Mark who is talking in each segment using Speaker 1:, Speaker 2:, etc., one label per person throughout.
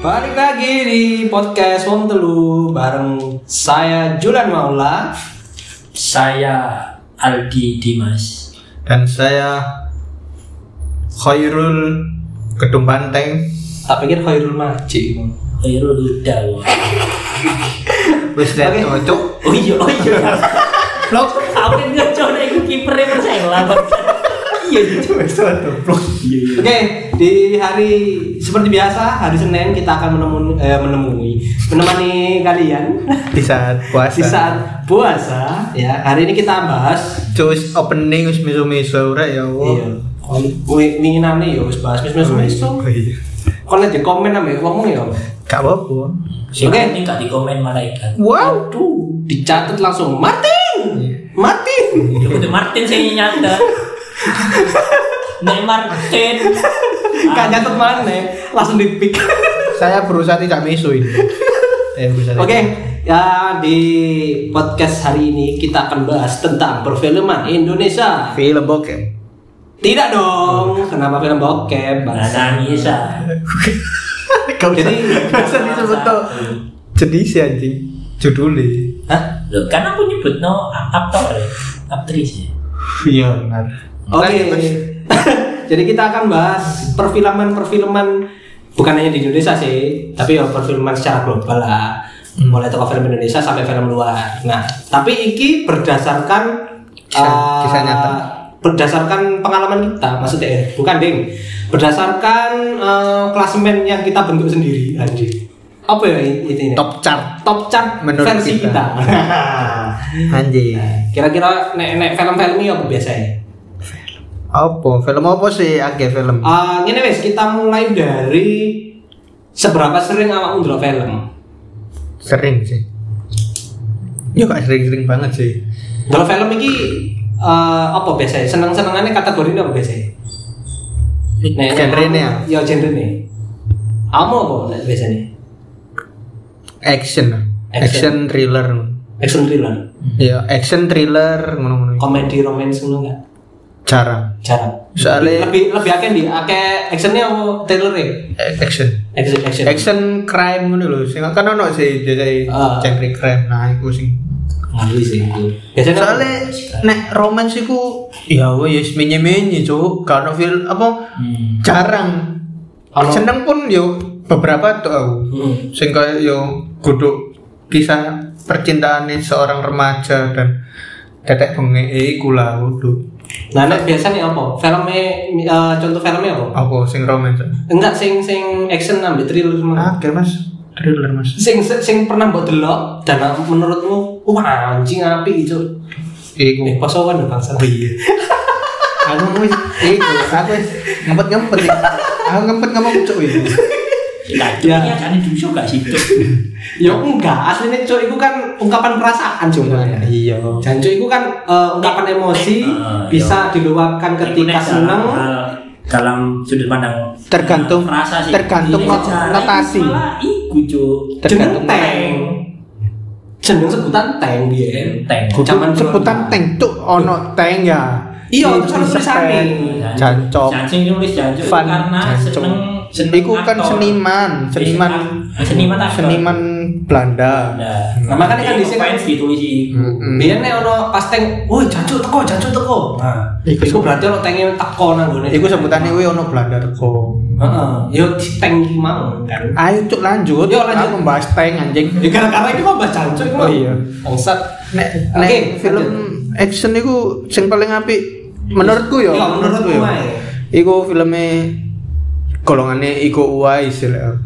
Speaker 1: Balik lagi di podcast Wong Telu bareng saya Julan Maula.
Speaker 2: Saya Aldi Dimas.
Speaker 3: dan saya Khairul Gedung Banteng
Speaker 1: Tak pikir Khairul Maji.
Speaker 2: Khairul Huda. wah.
Speaker 3: wis lihat cocok
Speaker 2: Oh iya, oh iya.
Speaker 3: blok
Speaker 2: Aku ngecon iku kipernya Persela. Bang. Iya iya.
Speaker 3: wis cocok blok
Speaker 1: Oke, di hari seperti biasa hari Senin kita akan menemui, eh, menemui menemani kalian
Speaker 3: di saat puasa
Speaker 1: di saat puasa ya. Hari ini kita bahas
Speaker 3: Terus opening wis miso-miso ora ya
Speaker 1: iya.
Speaker 3: Allah
Speaker 1: Winginane ya wis bahas mis-mis
Speaker 3: Oh, iya
Speaker 1: Kon aja komen ambek wong ya.
Speaker 3: gak apa-apa
Speaker 2: Sing
Speaker 1: Oke.
Speaker 2: penting gak dikomen malaikat.
Speaker 3: wow Iya.
Speaker 1: Aduh, dicatat langsung Martin. Martin.
Speaker 2: Ya kudu Martin sing nyata. Nek Martin.
Speaker 1: Gak nyatet mana Langsung di pick
Speaker 3: saya berusaha tidak miso ini eh berusaha
Speaker 1: Oke Ya di podcast hari ini Kita akan bahas tentang perfilman Indonesia
Speaker 3: film bokep
Speaker 1: Tidak dong Kenapa film bokep
Speaker 2: Nah,
Speaker 1: bangsa?
Speaker 2: nangis ah.
Speaker 3: kau
Speaker 1: Jadi,
Speaker 3: jadi bisa disebut tuh jenis ya anjing judulnya
Speaker 1: Hah?
Speaker 2: Loh, kan aku nyebut no aktor ya. Aktris ya.
Speaker 3: iya benar
Speaker 1: Oke
Speaker 3: Lanjut, terus.
Speaker 1: Jadi kita akan bahas perfilman-perfilman Bukan hanya di Indonesia sih Tapi ya perfilman secara global lah
Speaker 3: Hmm.
Speaker 1: Mulai toko film Indonesia sampai film luar Nah tapi ini berdasarkan
Speaker 3: Kisah-
Speaker 1: eh,
Speaker 3: kisah nyata.
Speaker 1: berdasarkan pengalaman kita maksudnya eh, bukan ding berdasarkan eh, klasemen yang kita bentuk sendiri anjing apa ya intinya
Speaker 3: top chart
Speaker 1: top chart
Speaker 3: Menurut
Speaker 1: versi
Speaker 3: kita.
Speaker 1: kita, Iya.
Speaker 3: anjing
Speaker 1: kira-kira nek nek film-film ini apa biasanya
Speaker 3: apa film apa sih agak film
Speaker 1: Eh, ngene wis kita mulai dari seberapa sering awakmu ndelok film
Speaker 3: sering sih ya gak sering-sering banget sih
Speaker 1: ndelok film iki eh, apa biasanya seneng-senengane kategori apa biasanya Nek-
Speaker 3: genre ini ya
Speaker 1: ya genre nih kamu apa nek biasanya
Speaker 3: action Hmm. action thriller
Speaker 1: action thriller
Speaker 3: ya action thriller ngono-ngono
Speaker 1: komedi romance ngono enggak
Speaker 3: jarang
Speaker 1: jarang
Speaker 3: soalnya
Speaker 1: lebih lebih akeh di akeh actionnya apa thriller ya
Speaker 3: eh, action
Speaker 1: action action
Speaker 3: action crime ngono lho sing kan ono sih jadi
Speaker 1: Ah.
Speaker 3: genre crime nah iku sing
Speaker 1: ngeri
Speaker 2: ya.
Speaker 1: sih itu biasanya
Speaker 3: soalnya nek romance iku ya wis menye-menye cuk gak ono film apa
Speaker 2: Hmm.
Speaker 3: jarang
Speaker 1: Ono-
Speaker 3: seneng pun yo beberapa tuh aku
Speaker 1: Hmm.
Speaker 3: sing kaya yo kudu kisah percintaan seorang remaja dan tetek bengi iku lah kudu
Speaker 1: nah nek biasanya apa filmnya eh, contoh filmnya apa
Speaker 3: apa sing romance
Speaker 1: enggak sing sing action ambil thriller semua
Speaker 3: ah oke mas thriller mas
Speaker 1: sing sing pernah mbok delok dan menurutmu wah anjing apik itu
Speaker 3: iku
Speaker 1: eh pasawan lho bangsa
Speaker 3: oh iya aku wis iku aku wis ngempet ngempet aku ngempet ngomong cuk iku
Speaker 2: Kita
Speaker 1: Ya.
Speaker 2: dunia kan itu juga situ.
Speaker 1: ya enggak aslinya cuk itu kan ungkapan perasaan cuk
Speaker 3: iya Ah,
Speaker 1: dan cuk itu kan eh, ungkapan emosi
Speaker 2: Eh,
Speaker 1: bisa diluapkan
Speaker 2: Ini
Speaker 1: ketika
Speaker 2: dalam
Speaker 1: seneng
Speaker 2: hal- Ah, dalam sudut pandang
Speaker 3: Tergantung-
Speaker 2: rasa sih. Ini
Speaker 3: tergantung not-
Speaker 2: secara
Speaker 3: notasi.
Speaker 2: ini malah iku Cuk.
Speaker 1: jeneng
Speaker 3: tergantung
Speaker 1: teng jeneng sebutan teng biyen
Speaker 2: Enteng.
Speaker 1: Zaman
Speaker 3: Kudu sebutan
Speaker 1: dulu.
Speaker 3: tank tuh ono tank ya
Speaker 1: iya terus ada tulisannya
Speaker 3: Jancok.
Speaker 2: Jancing nulis jancok
Speaker 3: Fan
Speaker 2: karena
Speaker 3: Jancok.
Speaker 2: seneng seneng
Speaker 3: Iku kan
Speaker 2: aktor.
Speaker 3: seniman, seniman,
Speaker 2: Eh, seniman aktor.
Speaker 3: seniman Belanda.
Speaker 2: Nah,
Speaker 1: Nah, makanya kan di sini-
Speaker 2: fans gitu, ditulis iku.
Speaker 3: Mm-mm.
Speaker 1: biyen Hmm. nek ono pas teng woi jancuk teko jancuk teko nah
Speaker 3: Iku-
Speaker 1: iku berarti ono tenge teko nang gone
Speaker 3: Iku sebutannya wih ono Belanda teko.
Speaker 1: heeh yo teng iki mau kan
Speaker 3: Ayo cuk lanjut.
Speaker 1: Yo, lanjut.
Speaker 3: Aku membahas tank anjing.
Speaker 1: Ya gara-gara ini mah bahas jancuk ini mah.
Speaker 3: Oh, iya.
Speaker 1: Bangsat.
Speaker 3: Nek
Speaker 1: Oke,
Speaker 3: nek film action iku sing paling apik menurutku yo.
Speaker 1: Iya, menurutku
Speaker 3: yo.
Speaker 1: ae.
Speaker 3: Iku filmnya golongane Iko Uwais lah.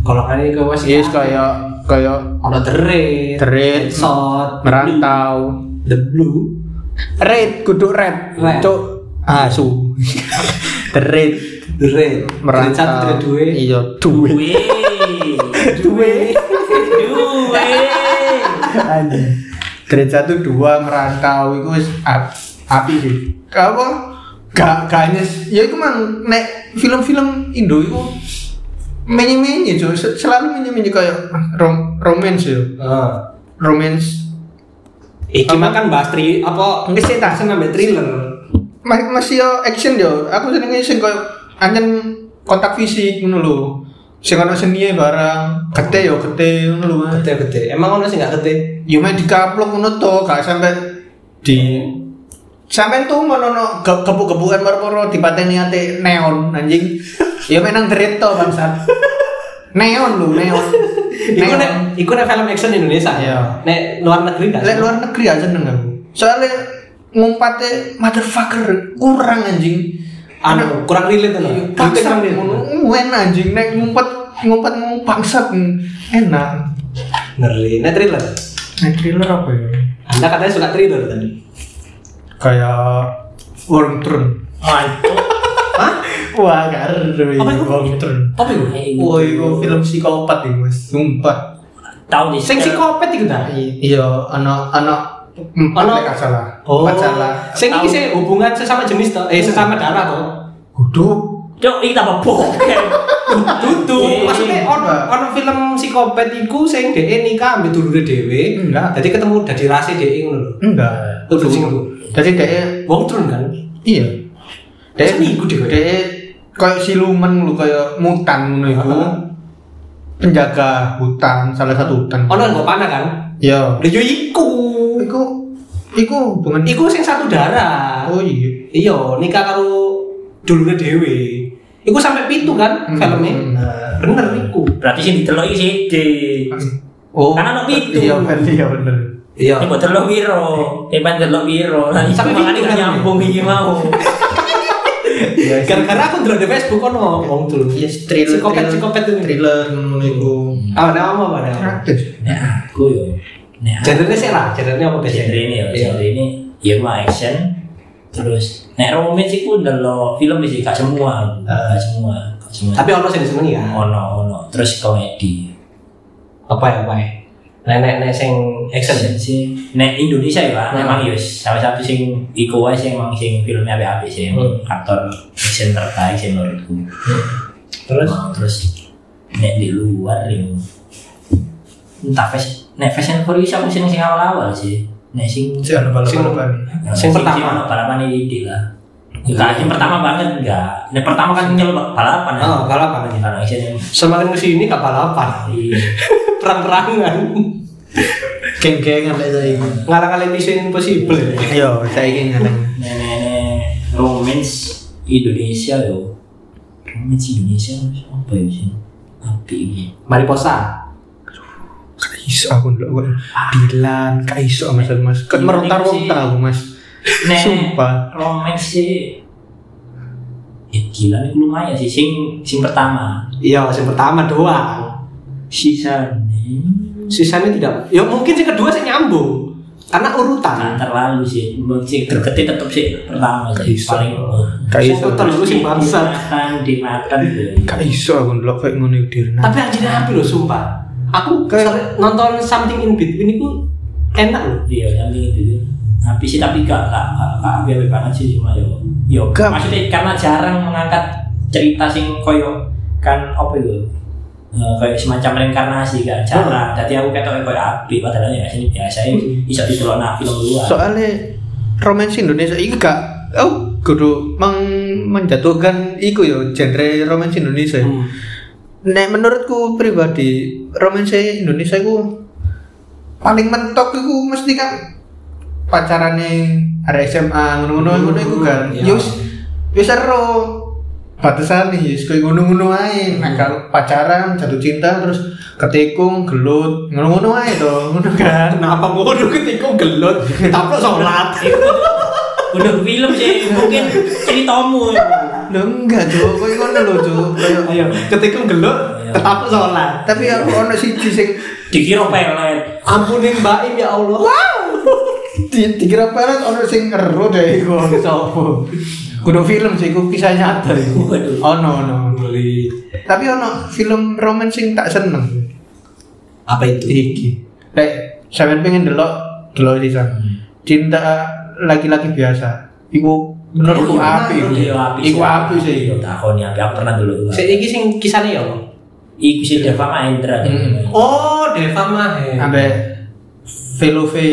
Speaker 1: Kalau kali ke wes ya,
Speaker 3: Yes kayak kayak
Speaker 1: ono the red,
Speaker 3: The Iya. Raid.
Speaker 1: shot,
Speaker 3: merantau.
Speaker 1: the blue.
Speaker 3: Red kudu red.
Speaker 1: Red.
Speaker 3: Cuk asu. The red
Speaker 1: The red. Red satu,
Speaker 3: merantau.
Speaker 1: red dua.
Speaker 3: Iya, duwe.
Speaker 2: Weh.
Speaker 1: Dua.
Speaker 2: Weh.
Speaker 3: Grade satu dua merantau itu wis ap- api sih. Apa? Gak gak nyes. Ya itu mang nek film-film Indo itu menye-menye cuy. Se- selalu menye-menye kayak ah, rom romance ya.
Speaker 1: Heeh.
Speaker 3: Romance
Speaker 1: Iki mah kan bahas tri apa
Speaker 3: Nggak sih, tak.
Speaker 1: action sampe thriller.
Speaker 3: Ma- masih ya action ya. Aku senengnya sing kayak anjen kotak fisik ngono lho. sing ana seninya barang gede ya gede ngono lho Mas.
Speaker 1: Gede gede. Emang ono sih nggak gede?
Speaker 3: ya main dikaplok ngono to gak sampai di sampai tuh ngono no gebuk-gebukan moro-moro dipateni ate neon anjing ya main nang deret to bangsat neon lu neon
Speaker 1: Iku nek iku nek film action Indonesia.
Speaker 3: Iya.
Speaker 1: Nek luar negeri nggak?
Speaker 3: lek luar negeri aja seneng aku soalnya ngumpate motherfucker kurang anjing
Speaker 1: Anu kurang relate
Speaker 3: Iya,
Speaker 1: loh.
Speaker 3: bangsat ngono enak anjing nek ngumpet ngumpet ngomong bangsat enak
Speaker 1: Ngeri. Nek thriller.
Speaker 3: nek thriller apa ya
Speaker 1: Anda katanya suka thriller tadi.
Speaker 3: kayak Worm Throne
Speaker 2: Mantuk.
Speaker 1: Hah?
Speaker 3: Wah, karo
Speaker 1: Apa itu?
Speaker 3: Wong Tron.
Speaker 1: Apa itu?
Speaker 3: Wah, itu film psikopat iki, Mas. Sumpah.
Speaker 2: Tahu nih. eh,
Speaker 1: Sing psikopat itu dah.
Speaker 3: Iya, ana ana empat
Speaker 1: Ana-
Speaker 3: nek gak salah.
Speaker 1: Oh.
Speaker 3: Empat Hmm. salah.
Speaker 1: Sing iki sih hubungan sesama jenis toh. Eh sesama darah toh.
Speaker 3: Kudu
Speaker 2: Cok, ini tambah bokeh.
Speaker 3: Iya.
Speaker 1: Dudu, maksudnya ono ono film psikopat iku sing dhek nikah ambek dulure dhewe. Nah,
Speaker 3: Enggak.
Speaker 1: Dadi ketemu dadi rase dhek ngono lho.
Speaker 3: enggak.
Speaker 1: Kudu sing iku.
Speaker 3: Jadi dhek
Speaker 1: Wong turun kan.
Speaker 3: iya.
Speaker 1: Masa
Speaker 3: Dhek
Speaker 1: niku dhek?
Speaker 3: dhek koyo siluman lho koyo mutan ngono iku.
Speaker 1: Heeh.
Speaker 3: Penjaga hutan, salah satu hutan.
Speaker 1: Ono nggo panah kan.
Speaker 3: Iya.
Speaker 1: Lha yo iku.
Speaker 3: Iku iku hubungan
Speaker 1: Iku sing satu darah.
Speaker 3: Oh iya.
Speaker 1: Iya, nikah karo dulure dhewe. Iku sampai pitu kan
Speaker 3: Hmm.
Speaker 1: filmnya.
Speaker 3: Hmm.
Speaker 1: Nah, bener iku.
Speaker 2: Berarti sih ditelok iki sih di.
Speaker 3: Oh.
Speaker 2: Karena ana pitu.
Speaker 3: Iya, berarti ya bener.
Speaker 1: Iya.
Speaker 2: Ini buat delok wiro. Ini buat delok wiro. Nah, itu
Speaker 1: Sampai
Speaker 2: makanya
Speaker 1: gitu
Speaker 2: gak
Speaker 1: kan?
Speaker 2: nyambung iki mau.
Speaker 3: Iya, sih.
Speaker 1: Gara-gara aku ndelok di Facebook ono ngomong dulu.
Speaker 3: Yes, thriller,
Speaker 1: Psikopat
Speaker 3: thriller,
Speaker 1: psikopat itu.
Speaker 3: thriller ngono iku.
Speaker 1: Ah, ada apa, ada apa?
Speaker 2: Nah, aku yo. Nah,
Speaker 1: Genrenya sih lah, genrenya apa biasanya?
Speaker 2: genre ini ya,
Speaker 1: Iya.
Speaker 2: genre ini ya gua action terus nek romantis iku ndelok film sih gak semua, gak semua, gak semua.
Speaker 1: Ah. Tapi ono sing disenengi ya.
Speaker 2: ono ono terus komedi.
Speaker 1: Apa ya, apa ya? Nenek-nenek sing action.
Speaker 2: Action sih. Nek Indonesia ya, Pak,
Speaker 1: Hmm.
Speaker 2: memang ya salah satu sing iku wae sing emang sing filmnya apa-apa sih,
Speaker 1: Hmm.
Speaker 2: aktor action terbaik sih menurutku.
Speaker 1: Terus
Speaker 2: Emang, terus nek di luar ya entah fashion, nek fashion for you sih aku sing sing awal-awal sih. Nek sing Nah,
Speaker 3: Si anu balapan-balapan.
Speaker 1: Sing pertama. Iya,
Speaker 2: ono balapan ini di lah. Enggak, yang pertama banget enggak. Yang pertama kan nyelok balapan. ya.
Speaker 1: Oh, balapan ya.
Speaker 2: Kalau action yang
Speaker 1: Semakin kesini gak balapan, perang-perangan,
Speaker 3: Geng-gengan lek saiki.
Speaker 1: ngalang-alang Mission Impossible. ya.
Speaker 3: Iya, saiki ngaleng.
Speaker 2: nenek romance Indonesia yo. Romance Indonesia apa ya sih? Tapi ini.
Speaker 1: Mariposa.
Speaker 3: Gak iso aku ndelok kok. Dilan, gak iso Mas Mas. Ket merontar-rontar aku Mas.
Speaker 1: Eh.
Speaker 2: Nek
Speaker 3: Sumpah.
Speaker 2: romance sih ya gila nih lumayan sih sing sing pertama
Speaker 1: Iya, yang pertama doang.
Speaker 2: sisa nih
Speaker 1: Sisanya tidak. Ya mungkin yang kedua saya nyambung. Karena urutan.
Speaker 2: nggak terlalu sih menurut sih gregetnya tetep sih pertama sih
Speaker 3: Iso.
Speaker 2: paling
Speaker 3: Gak iso.
Speaker 1: Sumpah, terus sih bangsat.
Speaker 2: dimakan dimakan gitu.
Speaker 3: Gak iso aku ndelok kayak ngono iku dirna.
Speaker 1: Tapi anjir api loh sumpah. Aku
Speaker 3: Kayak-
Speaker 1: sore- nonton something in between itu enak loh.
Speaker 2: iya yang itu tapi sih tapi gak gak gak gak bebe banget sih cuma yo yo
Speaker 3: Gak.
Speaker 2: maksudnya karena jarang mengangkat cerita sing koyo kan apa itu Eh, kayak semacam reinkarnasi kan jarang jadi aku ketok koyo api padahal ya sini biasa
Speaker 3: Hmm.
Speaker 2: ini bisa ditelokna film luar
Speaker 3: Soale romance Indonesia iki gak oh kudu meng- menjatuhkan iku ya genre romance Indonesia.
Speaker 1: Hmm.
Speaker 3: Nek menurutku pribadi romance Indonesia ku paling mentok iku mesti kan pacarane arek SMA ngono-ngono
Speaker 1: Hmm,
Speaker 3: ngono iku kan.
Speaker 1: iya.
Speaker 3: Yus wis seru. Batasan nih yus koyo ngono-ngono ae.
Speaker 1: Hmm.
Speaker 3: Nek kalau pacaran jatuh cinta terus ketikung gelut ngono-ngono ae to ngono kan.
Speaker 1: Kenapa bodoh ketika gelut? Tapi sholat.
Speaker 2: udah film sih mungkin ceritamu
Speaker 3: Lho enggak Cuk, koyo ngono lho Cuk. Koyo-
Speaker 1: Ayo, ketika gelut,
Speaker 3: Iya.
Speaker 1: tetap sholat.
Speaker 3: Tapi aku ono siji sing
Speaker 2: dikira pelet
Speaker 1: Ampunin Mbak Im ya Allah.
Speaker 3: Di- dikira pelet ono sing ngeru deh iku sapa kudu film sih iku kisah nyata iku
Speaker 2: Waduh.
Speaker 3: ono ono
Speaker 1: Beli
Speaker 3: tapi ono film romance sing tak seneng
Speaker 1: apa itu?
Speaker 3: iki lek sampean pengen delok delok iki Sam. cinta laki-laki biasa iku menurutku
Speaker 2: Iku
Speaker 3: api
Speaker 2: Iya, api
Speaker 3: iku api sih
Speaker 2: Iya, takoni api aku pernah dulu
Speaker 1: Saya ini sing kisahnya ya.
Speaker 2: iku sih Deva Mahendra
Speaker 3: Hmm.
Speaker 1: Oh, Deva Mahe.
Speaker 3: sampai Velove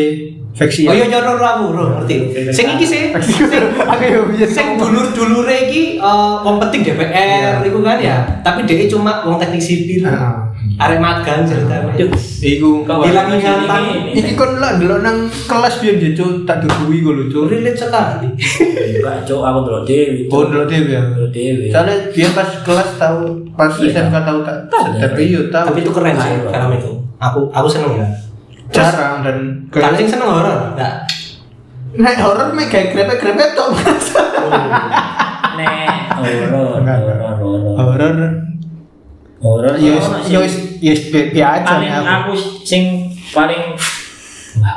Speaker 3: Vexia.
Speaker 1: Oh iya yo ro aku ro
Speaker 3: Iya,
Speaker 1: ngerti. Sing iki sih. Sing
Speaker 3: Aku yo biasa
Speaker 1: sing dulur-dulure iki eh, wong penting
Speaker 3: Iya.
Speaker 1: DPR iku kan ya. Tapi dia cuma wong teknik sipil.
Speaker 3: Ah.
Speaker 1: Arek magang ceritanya.
Speaker 3: Iya.
Speaker 2: Yuk.
Speaker 3: Iku
Speaker 1: Hilang ingatan.
Speaker 3: Iki kon lak ndelok nang kelas biyen dia cuk tak duduhi kok lho cuk.
Speaker 1: Relate sekali.
Speaker 2: Pak Cuk, aku dulu dewi.
Speaker 3: Oh ndelok dhewe ya.
Speaker 2: Dulu dewi.
Speaker 3: Soalnya dia pas kelas tahu pas
Speaker 2: Iya.
Speaker 3: SMK tahu tak. iya,
Speaker 2: Tahu.
Speaker 3: Tapi yo tahu.
Speaker 1: Tapi itu keren sih film itu. Aku aku seneng ya.
Speaker 3: jarang dan
Speaker 1: Kalau sing seneng horor, enggak.
Speaker 3: Nek horor mek kayak grepe-grepe tok. Mas.
Speaker 2: Nek, horor,
Speaker 3: Enggak, Oh.
Speaker 2: horor,
Speaker 3: enggak.
Speaker 2: horor, horor.
Speaker 3: Horor yo yo
Speaker 2: horor sih.
Speaker 3: yo biasa
Speaker 2: paling
Speaker 3: ya.
Speaker 2: aku sing paling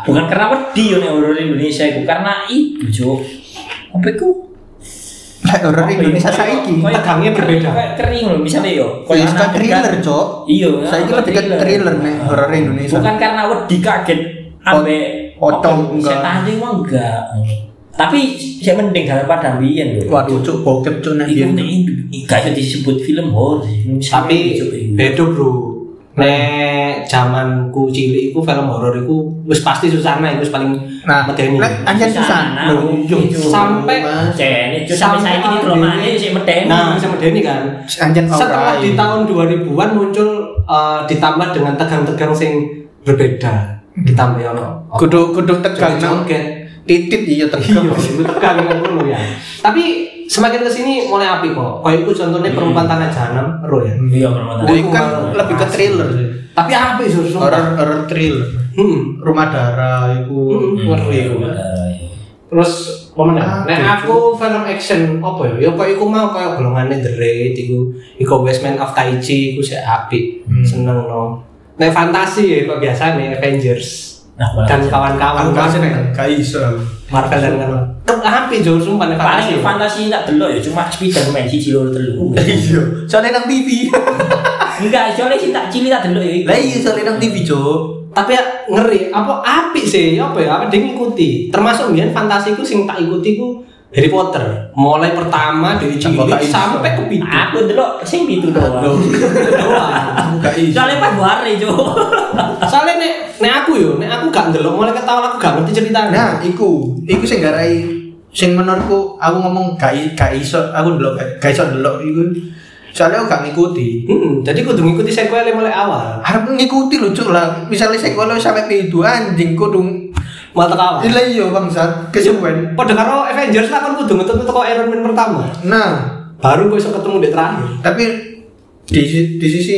Speaker 2: bukan karena wedi yo nek horor Indonesia iku karena itu Cuk. Apa iku?
Speaker 3: Nek horor
Speaker 2: Apa ya?
Speaker 3: Indonesia saiki.
Speaker 2: Kayak-
Speaker 1: tegangnya berbeda.
Speaker 2: kayak kering loh misalnya ya, yo
Speaker 3: Iya, suka thriller, Cok.
Speaker 2: iya
Speaker 3: Saiki
Speaker 2: suka
Speaker 3: lebih ke thriller, nek horor Indonesia.
Speaker 2: bukan karena wedi kaget ambe
Speaker 3: Pocong,
Speaker 2: apa, ya?
Speaker 3: enggak.
Speaker 2: setan anjing mah enggak tapi saya mending daripada Wien loh
Speaker 3: Waduh Iya. cuk bokep cuk nek
Speaker 2: itu
Speaker 3: biyen.
Speaker 2: nih ini gak bisa disebut film horor sih. Misalnya
Speaker 1: tapi
Speaker 2: Cuk, ini.
Speaker 1: beda
Speaker 3: Nah.
Speaker 1: bro nek zamanku cilik iku film horor iku wis pasti susana iku wis paling
Speaker 3: Nah,
Speaker 1: medeni Nah, iya,
Speaker 3: lek anjen
Speaker 2: Susana,
Speaker 3: susah. Loh, iya.
Speaker 2: mungkin,
Speaker 3: yo.
Speaker 2: Cuk.
Speaker 1: sampai-
Speaker 3: Mas.
Speaker 2: Cene, Cuk, sampai
Speaker 1: Sampai
Speaker 2: saiki ini traumanya sih medeni
Speaker 1: nah bisa medeni kan
Speaker 3: anjen
Speaker 1: setelah
Speaker 3: aurai.
Speaker 1: di tahun 2000-an muncul eh, ditambah dengan tegang-tegang sing berbeda ditambah ya ono
Speaker 3: kudu kudu Hmm. tegang nang
Speaker 1: Joget-joget.
Speaker 3: titit iya tegang
Speaker 1: Iya, itu tegang yang ngono ya tapi semakin kesini mulai api kok kayak itu
Speaker 3: Hmm.
Speaker 1: contohnya perempuan tanah jahanam ero ya
Speaker 2: iya Nah, permata
Speaker 3: Itu kan lebih ke thriller sih.
Speaker 1: tapi api sih
Speaker 3: horror horror thriller
Speaker 1: hmm.
Speaker 3: rumah darah itu
Speaker 1: Hmm, ngeri
Speaker 2: iya,
Speaker 1: aku. Terus momen
Speaker 3: Ah,
Speaker 1: nek Nah, aku film action apa ya? Ya kok iku mau kaya golongane The Raid iku iku Westman of Taichi iku sik apik. Seneng no. Nek fantasi ya kok biasane Avengers
Speaker 2: Nah,
Speaker 1: dan kawan-kawan
Speaker 3: sih
Speaker 1: Marvel
Speaker 3: gak iso
Speaker 1: Marvel dan kawan. Tek apik jur sumpah nek fantasi.
Speaker 2: paling fantasi tak delok ya cuma Spiderman siji loro telu
Speaker 3: iya soalnya nang TV
Speaker 2: enggak soalnya sih tak cilik tak delok ya iku.
Speaker 3: lah iya soalnya nang TV cok
Speaker 1: Tapi ya, ngeri apa apik sih ya apa ya apa dia ngikuti. Termasuk mbiyen fantasiku sing tak ikuti ku Harry Potter mulai pertama dari
Speaker 3: Tanpa
Speaker 1: cilik
Speaker 3: tak iso.
Speaker 1: sampai ke pitu.
Speaker 2: aku delok sing pitu
Speaker 3: Loh,
Speaker 2: doang
Speaker 1: Doang.
Speaker 3: gak iso
Speaker 2: soalnya pas bare jo
Speaker 1: soalnya nek nek aku yo nek aku gak ndelok mulai ketahuan aku gak ngerti ceritanya
Speaker 3: nah iku iku sing garai sing menurutku aku ngomong gak i- gak iso aku ndelok gak iso ndelok iku soalnya aku gak ngikuti
Speaker 1: hmm, jadi kudu ngikuti sequelnya mulai awal
Speaker 3: harap ngikuti lho cuk lah misalnya sekolah sampai P2 anjing kudu
Speaker 1: mulai teko awal
Speaker 3: Iya iya bangsat kesuwen
Speaker 1: Padahal karo Avengers lah kan kudu ngetut teko Iron Man pertama
Speaker 3: nah
Speaker 1: baru gue bisa ketemu di terakhir
Speaker 3: tapi di, si- di sisi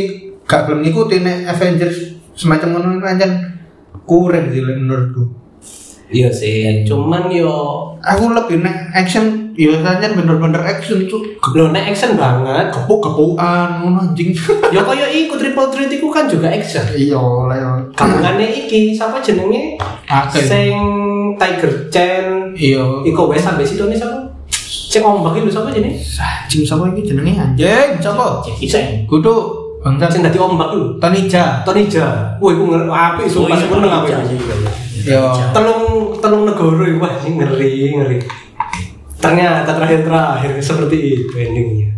Speaker 3: gak belum ngikutin nek Avengers semacam ngono iku anjen kurang sih lek menurutku
Speaker 1: iya sih cuman yo
Speaker 3: aku lebih nek action ya anjen bener-bener action cuk
Speaker 1: lo nek action banget
Speaker 3: kepuk kepukan ngono anjing
Speaker 1: yo koyo iku triple threat iku kan juga action
Speaker 3: iya lah ya
Speaker 1: kampungannya iki siapa jenenge
Speaker 3: akeh
Speaker 1: sing Tiger Chen
Speaker 3: iya
Speaker 1: Iko Wes sampai situ nih siapa Cek ombak itu siapa jenis?
Speaker 3: anjing sapa iki jenenge
Speaker 2: Eh,
Speaker 3: anjing sapa
Speaker 2: Cek.
Speaker 3: kudu bangsat
Speaker 1: Cek tadi ombak lu.
Speaker 3: Tonija
Speaker 1: Tonija. Woi, ku ngerti apik sumpah
Speaker 2: Wih,
Speaker 1: seneng aku.
Speaker 2: jauh juga.
Speaker 3: yo
Speaker 1: telung telung negoro ya, wah ini ngeri ngeri ternyata terakhir terakhir seperti itu endingnya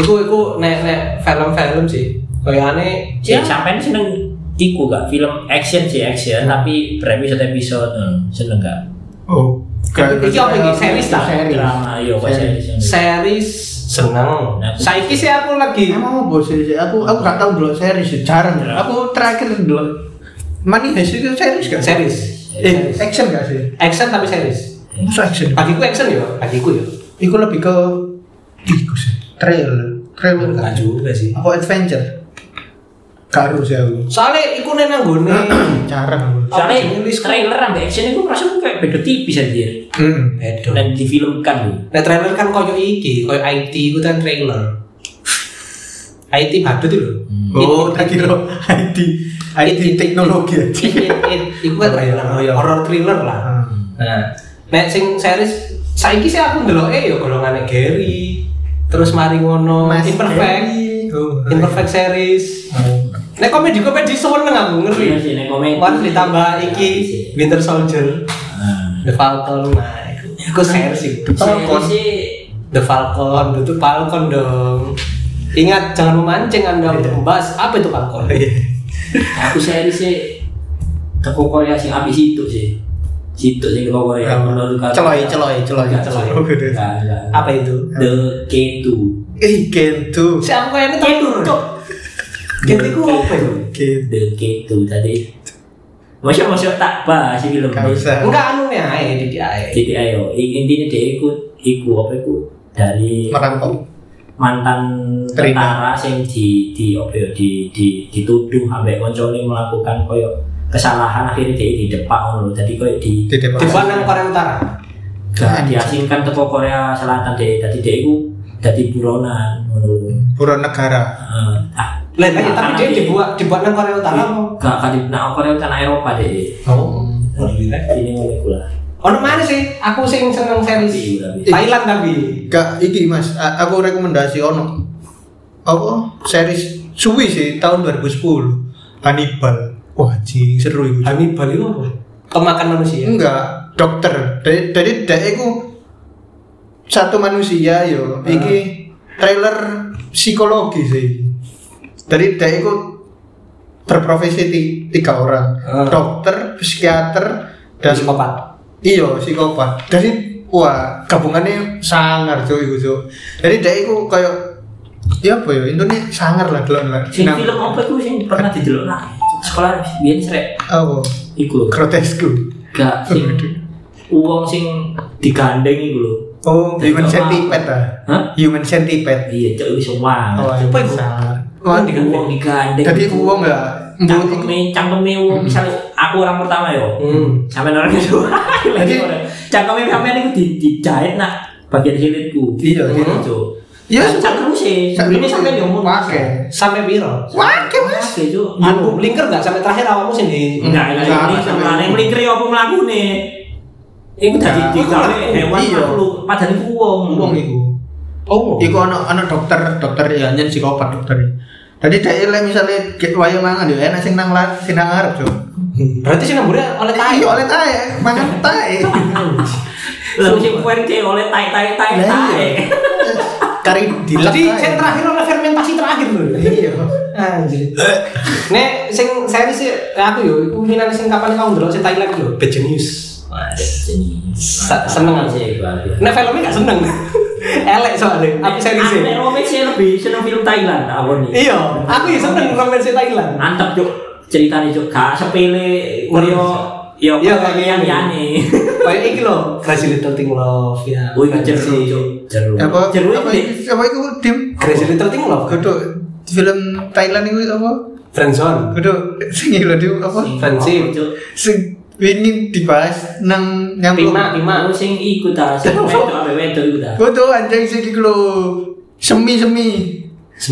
Speaker 1: itu itu nek nek film film sih kayaknya
Speaker 2: Cek, sampean seneng iku gak film action sih action tapi berepisode episode Hmm, seneng gak
Speaker 3: oh
Speaker 1: Iki apa iki? Series ta?
Speaker 2: drama yo kok
Speaker 3: Seri.
Speaker 2: series.
Speaker 1: series seneng saiki sih aku lagi
Speaker 3: Emang apa sih? sih? Aku aku gak tahu dulu series jarang. Aku terakhir dulu Money Heist itu series gak?
Speaker 1: series
Speaker 3: Eh, action gak sih?
Speaker 1: action tapi series
Speaker 3: Masa action?
Speaker 1: bagiku action ya bagiku ya
Speaker 3: Iku lebih ke Iku sih Trailer Trailer
Speaker 1: Enggak
Speaker 3: kan?
Speaker 1: juga sih
Speaker 3: Apa adventure? Gak harus ya aku
Speaker 1: soalnya iku nek nang nggone
Speaker 3: Jarang aku
Speaker 1: Apa
Speaker 2: soalnya
Speaker 1: jenis?
Speaker 2: trailer ambil action itu merasa kayak beda tipis aja
Speaker 3: Hmm
Speaker 1: Bedo.
Speaker 2: dan difilmkan loh
Speaker 1: Nah trailer kan koyo iki, koyo IT itu kan trailer. IT badut itu.
Speaker 3: Oh, tak kira IT IT
Speaker 1: It- it-
Speaker 3: teknologi aja
Speaker 1: It, it, it, itu kan trailer,
Speaker 3: Oh, iya.
Speaker 1: horror thriller lah.
Speaker 3: Hmm.
Speaker 1: Nah, nek sing series saiki sih aku ndeloke ya golongane Gary. Terus mari ngono
Speaker 3: Mas
Speaker 1: Oh, Imperfect.
Speaker 3: Gary. Oh,
Speaker 1: Imperfect series. Nek komedi-komedi seneng aku ngeri.
Speaker 2: Iya sih, nek komedi.
Speaker 1: Wan ditambah iki Winter Soldier, The Falcon. Nah, iku- iku series iku.
Speaker 2: series sih
Speaker 1: The Falcon itu Falcon dong. Ingat Iya. jangan memancing Anda untuk membahas apa itu Falcon.
Speaker 2: aku series sih teko Korea sing apik situ sih. Situ sing teko Korea
Speaker 3: Oh.
Speaker 2: menurut kalian.
Speaker 3: Celoy, celoy, celoy,
Speaker 2: Enggak,
Speaker 3: celoy.
Speaker 2: celoy. Enggak, enggak.
Speaker 1: Iya, Apa itu?
Speaker 2: The K2.
Speaker 3: Eh, gitu.
Speaker 1: Si aku kayaknya tahu cok. Gitu ku apa itu?
Speaker 3: Gitu.
Speaker 2: The K2 tadi. Masya masya tak bahas sih film
Speaker 3: Gak
Speaker 2: ini.
Speaker 3: usah.
Speaker 1: Enggak anu ya, ae di ae.
Speaker 2: Jadi ayo i- intinya dia ikut iku apa iku dari
Speaker 3: Merantau.
Speaker 2: mantan
Speaker 3: Terima.
Speaker 2: tentara sing di di apa ya, di di dituduh ambek koncone melakukan koyo kesalahan akhirnya dia di depak ngono lho. Jadi koyo di
Speaker 3: Di depan.
Speaker 1: Di mana Korea Utara?
Speaker 2: gak diasingkan teko Korea Selatan deh jadi dia itu jadi buronan ngono lho.
Speaker 3: Buron negara.
Speaker 2: Eh, ah
Speaker 1: Lain aja, iya, tapi
Speaker 2: Karena
Speaker 1: dia
Speaker 2: di-
Speaker 1: dibuat dibuat nang Korea Utara apa?
Speaker 2: gak kan nah Korea tanah Eropa deh
Speaker 1: Oh.
Speaker 2: ini ngono iku lah
Speaker 1: Ono mana sih? Aku sing seneng series
Speaker 2: Iya, tapi-
Speaker 1: Thailand tapi.
Speaker 3: Gak, iki mas, A- aku rekomendasi ono apa series suwi sih tahun 2010 Hannibal wah jing seru itu
Speaker 1: Hannibal itu apa? Pemakan manusia.
Speaker 3: enggak dokter dari dari dek iku satu manusia yo iki trailer psikologi sih dari dek iku berprofesi ti- tiga orang
Speaker 1: Ah.
Speaker 3: dokter psikiater dan
Speaker 1: Psikopat.
Speaker 3: Iya, psikopat. Jadi wah, gabungannya sangar cuy iku cuy. Jadi dia iku kayak ya apa ya? Intune sangar lah delon lah.
Speaker 2: sing
Speaker 3: Nang-
Speaker 2: film apa itu sing pernah didelok nah sekolah biyen srek
Speaker 3: apa?
Speaker 2: iku lho
Speaker 3: Grotesku.
Speaker 2: gak sing uang sing digandeng iku lho
Speaker 3: Oh,
Speaker 2: Jadi
Speaker 3: human
Speaker 2: apa?
Speaker 3: centipede ah.
Speaker 2: Hah?
Speaker 3: Human centipede.
Speaker 2: iya cok wis wah
Speaker 3: Oh,
Speaker 1: Apa iku?
Speaker 2: Ah,
Speaker 3: sangar.
Speaker 2: Wah,
Speaker 3: Wah,
Speaker 2: uang digandeng
Speaker 3: Jadi uang enggak mbut iku.
Speaker 2: cangkeme cangkeme uang misalnya aku orang pertama yo
Speaker 1: Hmm.
Speaker 2: sampai orang kedua lagi orang cangkeme sampean iku di- dijahit nak bagian kulitku
Speaker 3: Iya, gitu.
Speaker 2: cok
Speaker 3: Ya,
Speaker 2: Nah, cangkemmu sih ini sampean yo mau
Speaker 3: pakai.
Speaker 1: Sampai piro?
Speaker 3: Pakai Mas.
Speaker 2: Oke,
Speaker 3: Iya,
Speaker 2: Cuk.
Speaker 1: Aku blinker enggak sampai terakhir awakmu sendiri.
Speaker 2: Enggak, enggak
Speaker 3: Enggak,
Speaker 2: ini
Speaker 3: sampai
Speaker 2: sama yang
Speaker 3: ini.
Speaker 2: melingkri apa mlakune. Iku dadi
Speaker 3: Enggak,
Speaker 1: iku
Speaker 2: digawe
Speaker 1: mlaku.
Speaker 2: hewan
Speaker 3: Iya.
Speaker 2: makhluk, padahal iku wong.
Speaker 3: Uang iku.
Speaker 1: Oh.
Speaker 3: Iku ana ana dokter, dokter ya nyen psikopat dokter. Jadi dia le misalnya kayak wayo mangan ya enak sing nang lan sing nang arep cuy.
Speaker 1: Berarti sih ngambure oleh tai.
Speaker 3: Iya oleh tae, mangan tae.
Speaker 2: Lah sing kuwente oleh tai-tai-tai.
Speaker 3: Lah,
Speaker 2: tai.
Speaker 3: iya. Kari dilek.
Speaker 1: Jadi
Speaker 3: tae.
Speaker 1: yang terakhir oleh fermentasi terakhir loh.
Speaker 3: Iya.
Speaker 1: Anjir. Nek sing series sih aku yo iku minane sing kapan kamu ndelok sing Thailand lho, Bad Genius. Sa- seneng aku. Nek filmnya gak seneng. Elek soalnya, aku
Speaker 2: Seri
Speaker 1: series
Speaker 2: sih.
Speaker 1: sih.
Speaker 2: lebih seneng film Thailand awon iki.
Speaker 1: Iya, aku ya seneng romance Thailand.
Speaker 2: Mantep cuk ceritane cuk gak sepele koyo ya
Speaker 1: Iya, kayak
Speaker 2: yang
Speaker 1: gini.
Speaker 2: yani.
Speaker 1: Kayak iki lho, Crazy Little Thing Love ya.
Speaker 2: Oh, iku
Speaker 1: Fantasy.
Speaker 2: jeru cuk. Jeru.
Speaker 3: Apa
Speaker 2: Jeru
Speaker 3: apa
Speaker 2: iki.
Speaker 3: itu apa itu dim?
Speaker 1: Crazy Little Thing Love.
Speaker 3: Kudu film Thailand itu apa?
Speaker 1: Friendzone.
Speaker 3: Kudu sing lho di apa?
Speaker 1: Friendship.
Speaker 2: Cuk.
Speaker 3: Sing wingi dibahas nang
Speaker 1: Pima,
Speaker 3: nyambung.
Speaker 1: Pima.
Speaker 2: Aku sing iku ta, sing
Speaker 1: Terus,
Speaker 2: wedok ambek wedok iku ta.
Speaker 3: Kudu anjing sing iki lho semi-semi.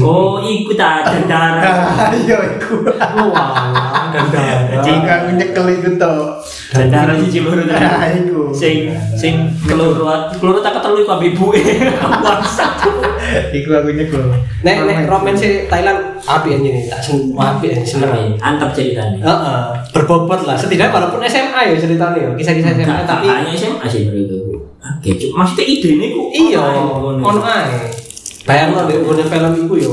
Speaker 2: Oh, iku ta dendara.
Speaker 3: Ah, Iya iku.
Speaker 1: Wow, dan
Speaker 3: Jika aku nyekel itu toh.
Speaker 2: Dendara siji loro ta.
Speaker 3: Ah, iku.
Speaker 2: Sing sing keloro, keloro tak ketelu iku ambek ibuke. WhatsApp.
Speaker 3: Iku aku nyekel.
Speaker 1: Nek nek romance Thailand apik anjir tak seneng
Speaker 2: Hmm.
Speaker 1: apik anjir seneng. aku.
Speaker 2: Antep ya. ceritane.
Speaker 1: Heeh, berbobot lah. Setidaknya walaupun SMA ya ceritanya ya, kisah-kisah SMA
Speaker 2: Enggak,
Speaker 1: tapi
Speaker 2: hanya SMA sih menurutku. Oke, cuk. Maksudnya ide ini ku
Speaker 1: iya,
Speaker 2: ono ae,
Speaker 1: kono
Speaker 2: ono ae.
Speaker 1: ae. Bayang lo di film itu yo,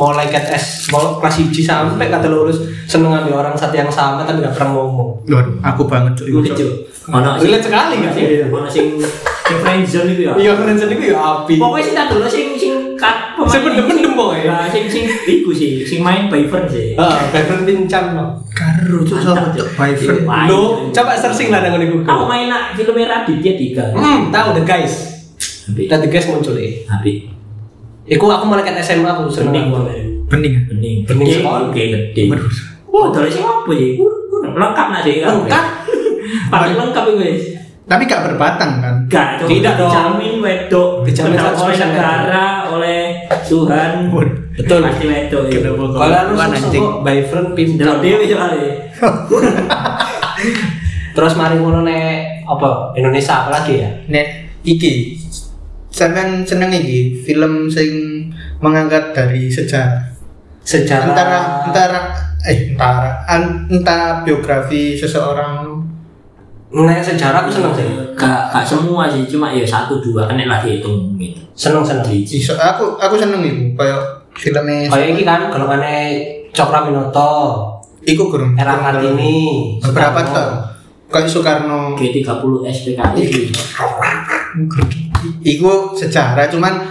Speaker 1: mulai cat S, mau kelas uji sampai kata lurus seneng ambil orang satu yang sama tapi gak pernah ngomong.
Speaker 3: Waduh, aku banget tuh.
Speaker 2: Iku cuk. Ono sing-
Speaker 1: Relate sekali
Speaker 2: ono
Speaker 1: ya.
Speaker 2: sing- Ono sing sing friendzone iku ya.
Speaker 1: Iya, keren sendiri yo api.
Speaker 2: Pokoknya sih tak dulu sing sing kat pemain
Speaker 1: Sing mendem-mendem pokoknya.
Speaker 2: Nah, sing sing iku sih, sing main Bayfern sih.
Speaker 1: Heeh, Bayern pincang lo.
Speaker 3: Karo cuk sama cuk boyfriend.
Speaker 2: Main.
Speaker 1: Lo, coba searching lah dengan Google.
Speaker 2: Aku main nak filmnya Raditya Dika.
Speaker 1: Hmm, tahu the guys.
Speaker 2: Tapi,
Speaker 1: Dan the guys muncul eh.
Speaker 2: tapi
Speaker 1: Iku aku malah cat SMA aku
Speaker 2: bening
Speaker 1: seneng.
Speaker 2: kok.
Speaker 3: Bening.
Speaker 2: Bening,
Speaker 1: Bening
Speaker 2: Gede,
Speaker 1: sekali.
Speaker 2: gede, gede.
Speaker 3: Waduh.
Speaker 2: Wah, dari sing apa ya? Uh, uh, Lengkap nak sih.
Speaker 1: Lengkap.
Speaker 2: Paling lengkap itu guys.
Speaker 3: Tapi gak berbatang kan?
Speaker 2: Gak, itu
Speaker 1: Tidak dong.
Speaker 2: Dijamin wedok.
Speaker 1: Dijamin
Speaker 2: Wedok
Speaker 1: satu
Speaker 2: oleh
Speaker 1: persen
Speaker 2: negara, oleh Tuhan.
Speaker 3: Waduh.
Speaker 1: Betul.
Speaker 2: Pasti wedok. ya.
Speaker 1: Kalau anu harus
Speaker 3: Kan anjing.
Speaker 1: susu Bayern
Speaker 2: Delok
Speaker 1: pincang.
Speaker 2: dewe soalnya.
Speaker 1: Terus mari ngono nek apa Indonesia apalagi ya?
Speaker 3: Nek iki sampean seneng iki film sing mengangkat dari sejarah
Speaker 1: Sejarah
Speaker 3: antara antara eh antara an- entah biografi seseorang
Speaker 1: Nek sejarah aku seneng sih.
Speaker 2: Gak, gak semua sih, cuma ya satu dua kan enak dihitung gitu.
Speaker 1: Seneng seneng.
Speaker 3: iso aku aku seneng iku kayak filmnya
Speaker 1: Kayak iki kan golongane Cokra Minoto.
Speaker 3: Iku kurang.
Speaker 1: Era Kartini.
Speaker 3: Berapa
Speaker 1: Soekarno.
Speaker 3: tuh? Kayak Soekarno.
Speaker 2: G30 SPKI
Speaker 1: Iya.
Speaker 3: Iku sejarah cuman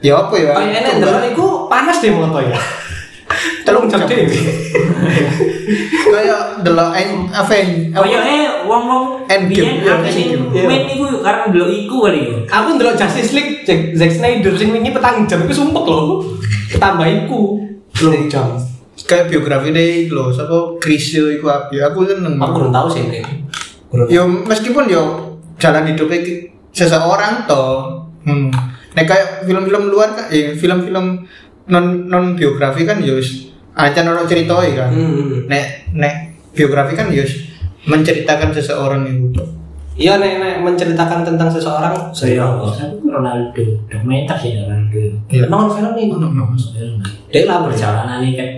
Speaker 3: ya apa ya?
Speaker 1: Kayak enak ndelok iku panas deh moto ya. Telung jam deh.
Speaker 3: Kayak delok en aven.
Speaker 1: Oh,
Speaker 2: Kaya eh wong-wong biyen
Speaker 3: Endgame, iya,
Speaker 2: akeh sing
Speaker 3: Endgame.
Speaker 1: Iya.
Speaker 2: main iku yuk, karena delok iku kali yo.
Speaker 1: Aku ndelok Justice League Jack, Zack Snyder sing wingi petang jam iku sumpek lho. Tambah iku telung jam.
Speaker 3: Kayak biografi deh lo, siapa Krisyo iku apa? Ya aku seneng.
Speaker 1: Aku kurang tahu sih ini. Kurang.
Speaker 3: Yo meskipun yo jalan hidupnya ki- seseorang toh. Hmm. Nek kayak film-film luar kan, eh, film-film non non biografi kan yo aja orang ceritoi kan.
Speaker 1: Hmm.
Speaker 3: Nek nek biografi kan yo menceritakan seseorang itu.
Speaker 1: Iya nek nek menceritakan tentang seseorang
Speaker 2: Ya,
Speaker 1: Iya.
Speaker 2: Saya oh. Ronaldo dokumenter sih Ronaldo.
Speaker 3: Iya.
Speaker 1: Emang ono film ini.
Speaker 3: Ono, ono.
Speaker 1: Dek lah berjalan.
Speaker 2: Perjalanan ini kan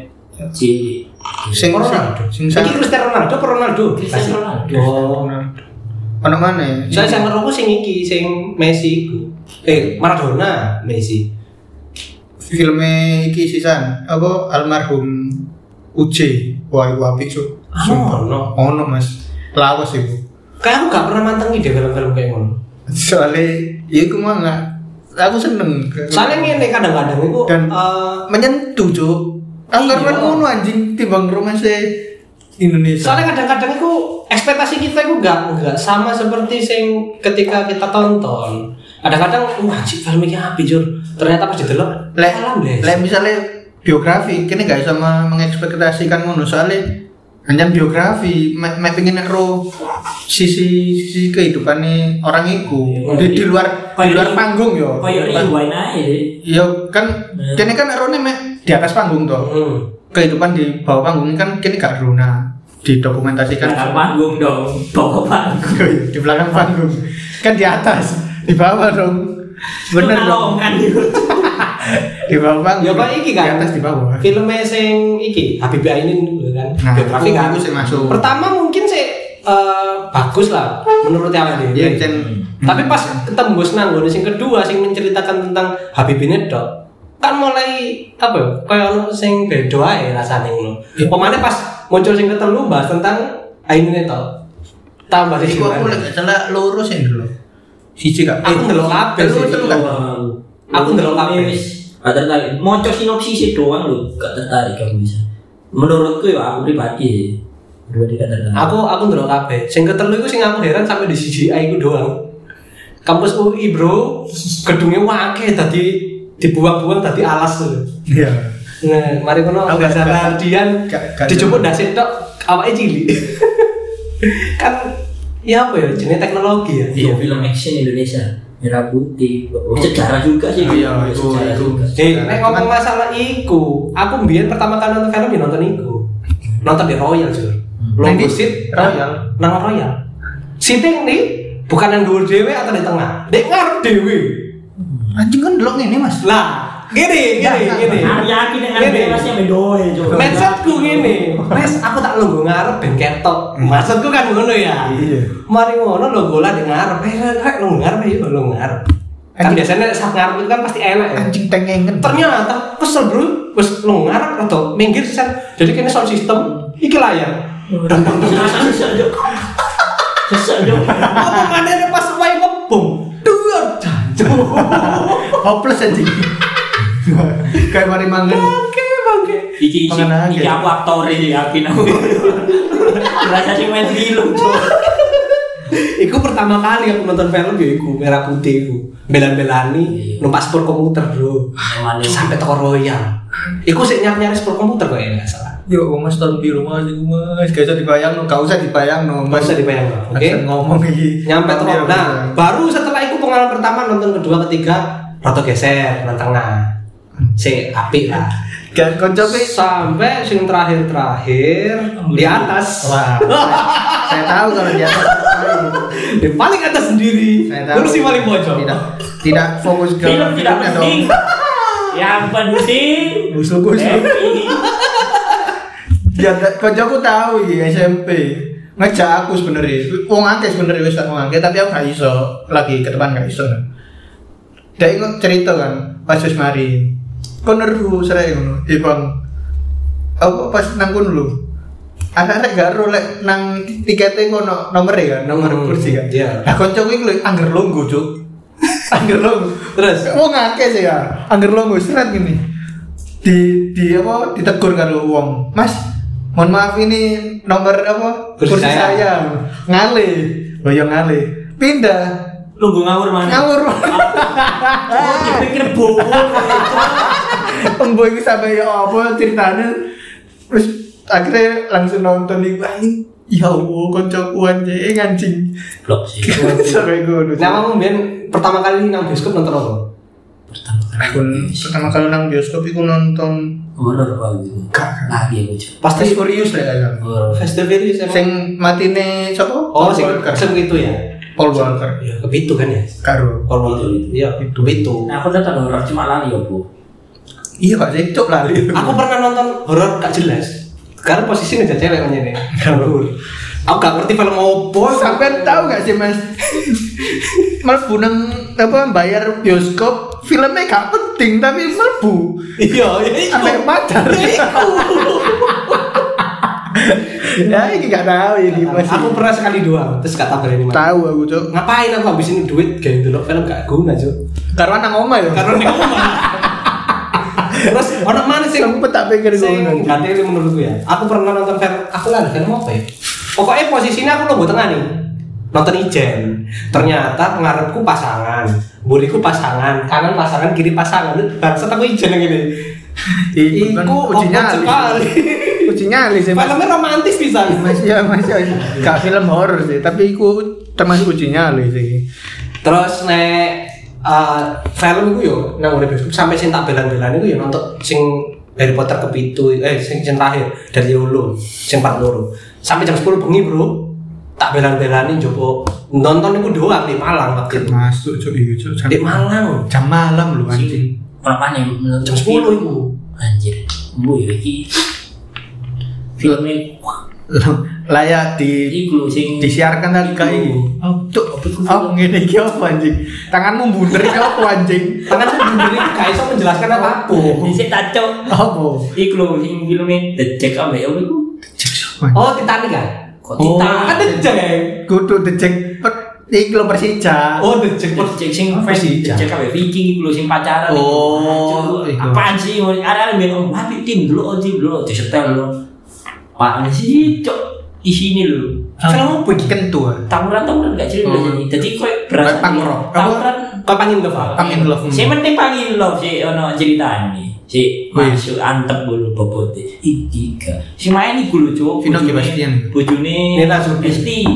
Speaker 2: cilik.
Speaker 3: Sing
Speaker 1: Ronaldo.
Speaker 3: sing
Speaker 1: Jadi
Speaker 3: sing-
Speaker 1: Cristiano Ronaldo apa Ronaldo?
Speaker 2: Cristiano Ronaldo.
Speaker 1: Oh.
Speaker 3: Ono mana? ya?
Speaker 1: Saya sing ngeroku sing iki sing Messi iku. Eh Maradona, Messi.
Speaker 3: filmnya iki sisan apa almarhum Uce wah iku apik cuk
Speaker 1: Ah,
Speaker 3: Sumpah.
Speaker 1: ono.
Speaker 3: ono mas lawas iku
Speaker 1: Kayak aku gak pernah mantengi deh film-film kayak ngono.
Speaker 3: soalnya ya iku mah nggak aku seneng
Speaker 1: Soalnya ngene kadang-kadang iku
Speaker 3: Dan-
Speaker 1: eh,
Speaker 3: menyentuh cuk aku
Speaker 1: Iya.
Speaker 3: karena ngono anjing timbang rumah se Indonesia
Speaker 1: soalnya kadang-kadang itu ekspektasi kita itu gak nggak sama seperti sing ketika kita tonton kadang-kadang wah cik film ini apa jur ternyata pas didelok
Speaker 3: leh
Speaker 1: alam deh
Speaker 3: leh misalnya biografi kini gak sama mengekspektasikan ngono soalnya hanya biografi me, me pengen ro sisi sisi kehidupannya orang
Speaker 1: Iya,
Speaker 3: iku di, di luar di luar panggung yo
Speaker 2: Kaya iki wae nae.
Speaker 3: yo kan
Speaker 1: Iya.
Speaker 2: Hmm.
Speaker 3: kini kan erone me di atas panggung toh
Speaker 1: hmm.
Speaker 3: kehidupan di bawah panggung kan kini gak runa didokumentasikan
Speaker 1: Iya.
Speaker 2: Kan panggung dong, pokok panggung.
Speaker 3: di belakang panggung kan di atas di bawah dong bener dong
Speaker 2: Kan
Speaker 3: di bawah panggung
Speaker 1: ya pak iki
Speaker 3: di
Speaker 1: kan
Speaker 3: atas di bawah
Speaker 1: filmnya sing iki Habibie Ainun gitu kan
Speaker 3: Nah,
Speaker 1: biografi
Speaker 3: aku-
Speaker 1: kan
Speaker 3: aku sih masuk.
Speaker 1: pertama mungkin sih eh, bagus lah menurut yang ada
Speaker 3: Iya, Cen. Hmm.
Speaker 1: tapi pas ketembus nanggung sing kedua sing menceritakan tentang Habibie ini dok kan mulai apa ya kayak ono sing beda ae rasane ngono pemane pas muncul sing ketelu bahas tentang Ainun itu tambah
Speaker 3: Jadi
Speaker 1: sih
Speaker 3: gua aku lagi salah lurus yang dulu. Iya. Siji gak?
Speaker 1: aku ndelok kabeh
Speaker 3: Telu,
Speaker 1: sih
Speaker 3: telu kan?
Speaker 1: Aku ndelok kabeh.
Speaker 2: wis gak tertarik. Moco sinopsis e doang lho, gak tertarik kamu bisa. Menurutku ya aku pribadi sih. Pribadi gak tertarik.
Speaker 1: aku aku ndelok kabeh sing ketelu iku sing aku heran sampai di CGI iku doang kampus UI bro gedungnya wakil tadi dibuang-buang tadi alas tuh
Speaker 3: Iya.
Speaker 1: nah mari kono
Speaker 3: Aku
Speaker 1: nggak
Speaker 3: gak- gak-
Speaker 1: sadar Dian
Speaker 3: gak- gak-
Speaker 1: dijemput dasit tok awake cilik kan ya apa ya jenis teknologi ya
Speaker 2: Iya, film action Indonesia merah putih oh, sejarah juga sih
Speaker 3: Iya,
Speaker 2: Sejarah
Speaker 3: itu- itu.
Speaker 2: juga.
Speaker 1: Eh,
Speaker 3: Nah,
Speaker 1: nek ngomong masalah iku, aku mbien pertama kali nonton film ya nonton iku. Nonton di Royal, Jur. Longgo
Speaker 3: Nanti
Speaker 1: seat
Speaker 3: Hmm. Royal.
Speaker 1: Nang Royal. Seating nih bukan yang dhuwur dhewe atau di tengah. Dek ngarep dhewe.
Speaker 3: Anjing kan delok ini mas.
Speaker 1: Lah, gini, gini,
Speaker 3: Nah,
Speaker 1: gini.
Speaker 2: aku yakin dengan
Speaker 1: Gini.
Speaker 2: bebasnya bedoy coba
Speaker 1: Mindsetku gini, Mas, aku tak lungguh ngarep ben ketok. Maksudku kan ngono ya.
Speaker 3: Iya.
Speaker 1: Mari ngono lho bola di ngarep. Eh, rek lungguh ngarep yo lungguh ngarep. Kan
Speaker 3: Anjing.
Speaker 1: biasanya saat ngarep itu kan pasti enak ya.
Speaker 3: Anjing tengengen.
Speaker 1: ternyata kesel bro wes lo ngarep atau minggir sih jadi kini sound system iki layar
Speaker 2: Sesek, Jok. Sesek, Jok.
Speaker 1: apa mana pas wae ngebom dua jancuk
Speaker 3: Hopeless anjing. Kayak mari mangan.
Speaker 1: bangke bangke
Speaker 2: iki iki
Speaker 3: Pengen
Speaker 2: iki
Speaker 3: aja.
Speaker 2: aku aktor ini yakin aku rasa sih main film coba
Speaker 1: Iku pertama kali aku nonton film ya iku merah putih iku belan-belani numpak sport komputer bro sampai toko royal iku sih nyari nyari sport komputer kok ya nggak salah
Speaker 3: Yo mas tahun biru mas, iku, mas. Gak usah dibayang, no. gak usah dibayang, no.
Speaker 1: nggak usah dibayangin oke
Speaker 3: Gak usah ngomong Iya, iki.
Speaker 1: nyampe
Speaker 3: Tahun
Speaker 1: toko
Speaker 3: biru,
Speaker 1: nah
Speaker 3: mas.
Speaker 1: baru setelah itu pengalaman pertama nonton kedua ketiga roto geser nang tengah si api lah
Speaker 3: Gak koncope.
Speaker 1: sampai sing terakhir terakhir di atas
Speaker 3: Wah. saya- Saya tahu kalau dia.
Speaker 1: di paling atas sendiri
Speaker 3: Saya tahu.
Speaker 1: kursi paling pojok
Speaker 3: Tidak, tidak fokus ke
Speaker 2: film tidak
Speaker 3: filmnya dong.
Speaker 2: penting Eh, yang penting
Speaker 3: Musuhku sih.
Speaker 2: happy.
Speaker 3: Ya, kancaku tahu iki SMP. Ngejak aku sebenarnya. Wong akeh sebenarnya wis tak wong akeh, tapi aku gak iso lagi ke depan gak iso. Dia ingat cerita kan, pas wis mari. Kono ru serai ngono. Eh, Bang. Aku pas nang kono lho. Anak-anak gak ro lek nang tiketnya ngono nomere kan, nomor
Speaker 1: Hmm,
Speaker 3: kursi kan.
Speaker 1: iya.
Speaker 3: Lah kanca kuwi lho angger longgo, Cuk. Angger longgo.
Speaker 1: Terus?
Speaker 3: Wong akeh sih ya. Angger longgo seret gini. Di di apa ditegur karo wong. Mas, mohon maaf ini nomor apa?
Speaker 1: Kursi saya."
Speaker 3: Ngale. Oh ya ngale. Pindah.
Speaker 2: Lunggu ngawur mana?
Speaker 3: Ngawur.
Speaker 2: Oh, dipikir bohong.
Speaker 3: Embo iku sampe ya apa ceritanya terus akhirnya langsung nonton iku anjing ya Allah kancaku anjing anjing
Speaker 2: Blok sih.
Speaker 3: sampe ngono.
Speaker 1: Nah, kamu Ben, pertama kali nang bioskop nonton apa?
Speaker 2: Pertama
Speaker 3: Aku
Speaker 2: kali.
Speaker 3: pertama kali nang bioskop iku nonton
Speaker 2: Horor apa gitu?
Speaker 3: Gak.
Speaker 2: Lagi aku cuy.
Speaker 1: Pasti
Speaker 3: Fast and Furious lah ya.
Speaker 2: Horor.
Speaker 1: Fast and Furious emang.
Speaker 3: Sing matine sapa?
Speaker 1: Oh,
Speaker 3: Paul
Speaker 1: sing
Speaker 3: Walker.
Speaker 1: sing itu ya.
Speaker 3: Paul Walker.
Speaker 1: Ya, ke Bitu kan ya?
Speaker 3: Karo.
Speaker 1: Kalau iya, itu Bitu.
Speaker 2: Nah, aku nonton horor cuma lali ya, Bu.
Speaker 3: Iya gak sih cuk lali.
Speaker 1: Aku pernah nonton horor gak jelas. Karena posisinya udah cewek namanya nih. Aku gak ngerti film opo.
Speaker 3: sampean tahu gak sih Mas? Mlebu nang apa bayar bioskop filmnya gak penting tapi mlebu.
Speaker 1: Iya, iya. iku.
Speaker 3: Sampai pacar.
Speaker 1: Iya, iku.
Speaker 3: ya ini gak tahu ini masih
Speaker 1: Aku pernah sekali doang, terus gak tabar ini. Mas.
Speaker 3: tahu aku cok
Speaker 1: Ngapain aku habisin duit kayak dulu film gak guna, Cuk.
Speaker 3: karena nang oma ya
Speaker 1: Karena ning omah. Terus ono mana sih?
Speaker 3: Sempet tak pikir gue
Speaker 1: sing
Speaker 3: nonton.
Speaker 1: ganti ini menurutku ya. Aku pernah nonton film, aku lah ada film apa ya? Pokoknya posisinya aku logo tengah nih. Nonton ijen. Ternyata pengarepku pasangan, buriku pasangan, kanan pasangan, kiri pasangan. Bangsat aku ijen yang ini.
Speaker 3: Ih, kan
Speaker 1: Iku
Speaker 3: uji
Speaker 1: obat
Speaker 3: nyali
Speaker 1: sekali.
Speaker 3: uji nyali sih Iya, mas
Speaker 1: Filmnya romantis bisa.
Speaker 3: mas ya mas ya gak film horor sih tapi aku termasuk uji nyali sih
Speaker 1: Terus nek eh, film gue yo nang urip bioskop sampai sing tak belan-belan iku yo nonton sing Harry Potter kepitu eh sing sing terakhir dari Ulu sing part loro. Sampai jam 10 bengi, Bro. Tak belan-belani jopo nonton iku doang di Malang waktu itu.
Speaker 3: masuk cok itu cok
Speaker 1: Di Malang
Speaker 3: jam malam lu anjing
Speaker 2: Anjing. Ono mana menurut
Speaker 1: jam 10 iku.
Speaker 2: Anjir. Bu ya iki. Filmnya
Speaker 3: layak ya, di
Speaker 2: iku lho, sing
Speaker 3: disiarkan lagi kayak ini oh cok oh ngene iki apa anjing tanganmu bunder iki apa anjing
Speaker 1: Tangan aku bener gak iso menjelaskan apapun.
Speaker 2: Dhisik tak cok.
Speaker 3: apa
Speaker 2: Iku lho sing filmnya The Jack apa ya iku?
Speaker 1: Oh, Titanic kan?
Speaker 2: Kok
Speaker 3: Oh.
Speaker 1: Kan
Speaker 2: Titanic?
Speaker 1: The Jack.
Speaker 3: kudu dicek per iki lo Persija
Speaker 1: Oh, The Jack.
Speaker 2: The Jack sing
Speaker 1: Apa
Speaker 2: fans
Speaker 1: sih,
Speaker 2: The
Speaker 1: Jack?
Speaker 2: Jack apa ya? Viking iku lho sing pacaran. iku.
Speaker 3: Oh,
Speaker 2: Cuk,
Speaker 3: iku.
Speaker 2: Apaan sih? Ada ada bilang oh, mati tim dulu, oh tim dulu, di setel dulu. Apaan sih cok? Isinya lho.
Speaker 3: Film apa iki? Kentu ah.
Speaker 2: tawuran tawuran gak jelas
Speaker 3: Oh.
Speaker 2: jadi jadi kue berasa
Speaker 3: Kayak pangrok. Apa?
Speaker 2: tawuran
Speaker 1: Kau pangin tuh, Pak?
Speaker 3: Pangin love.
Speaker 2: si penting pangin love si ono cerita ini si
Speaker 3: Wih.
Speaker 2: masuk antep bulu bobote iki ga si main iku lho cowok
Speaker 3: Vino Gebastian.
Speaker 2: bojone
Speaker 1: Nena Sugih.
Speaker 2: Esti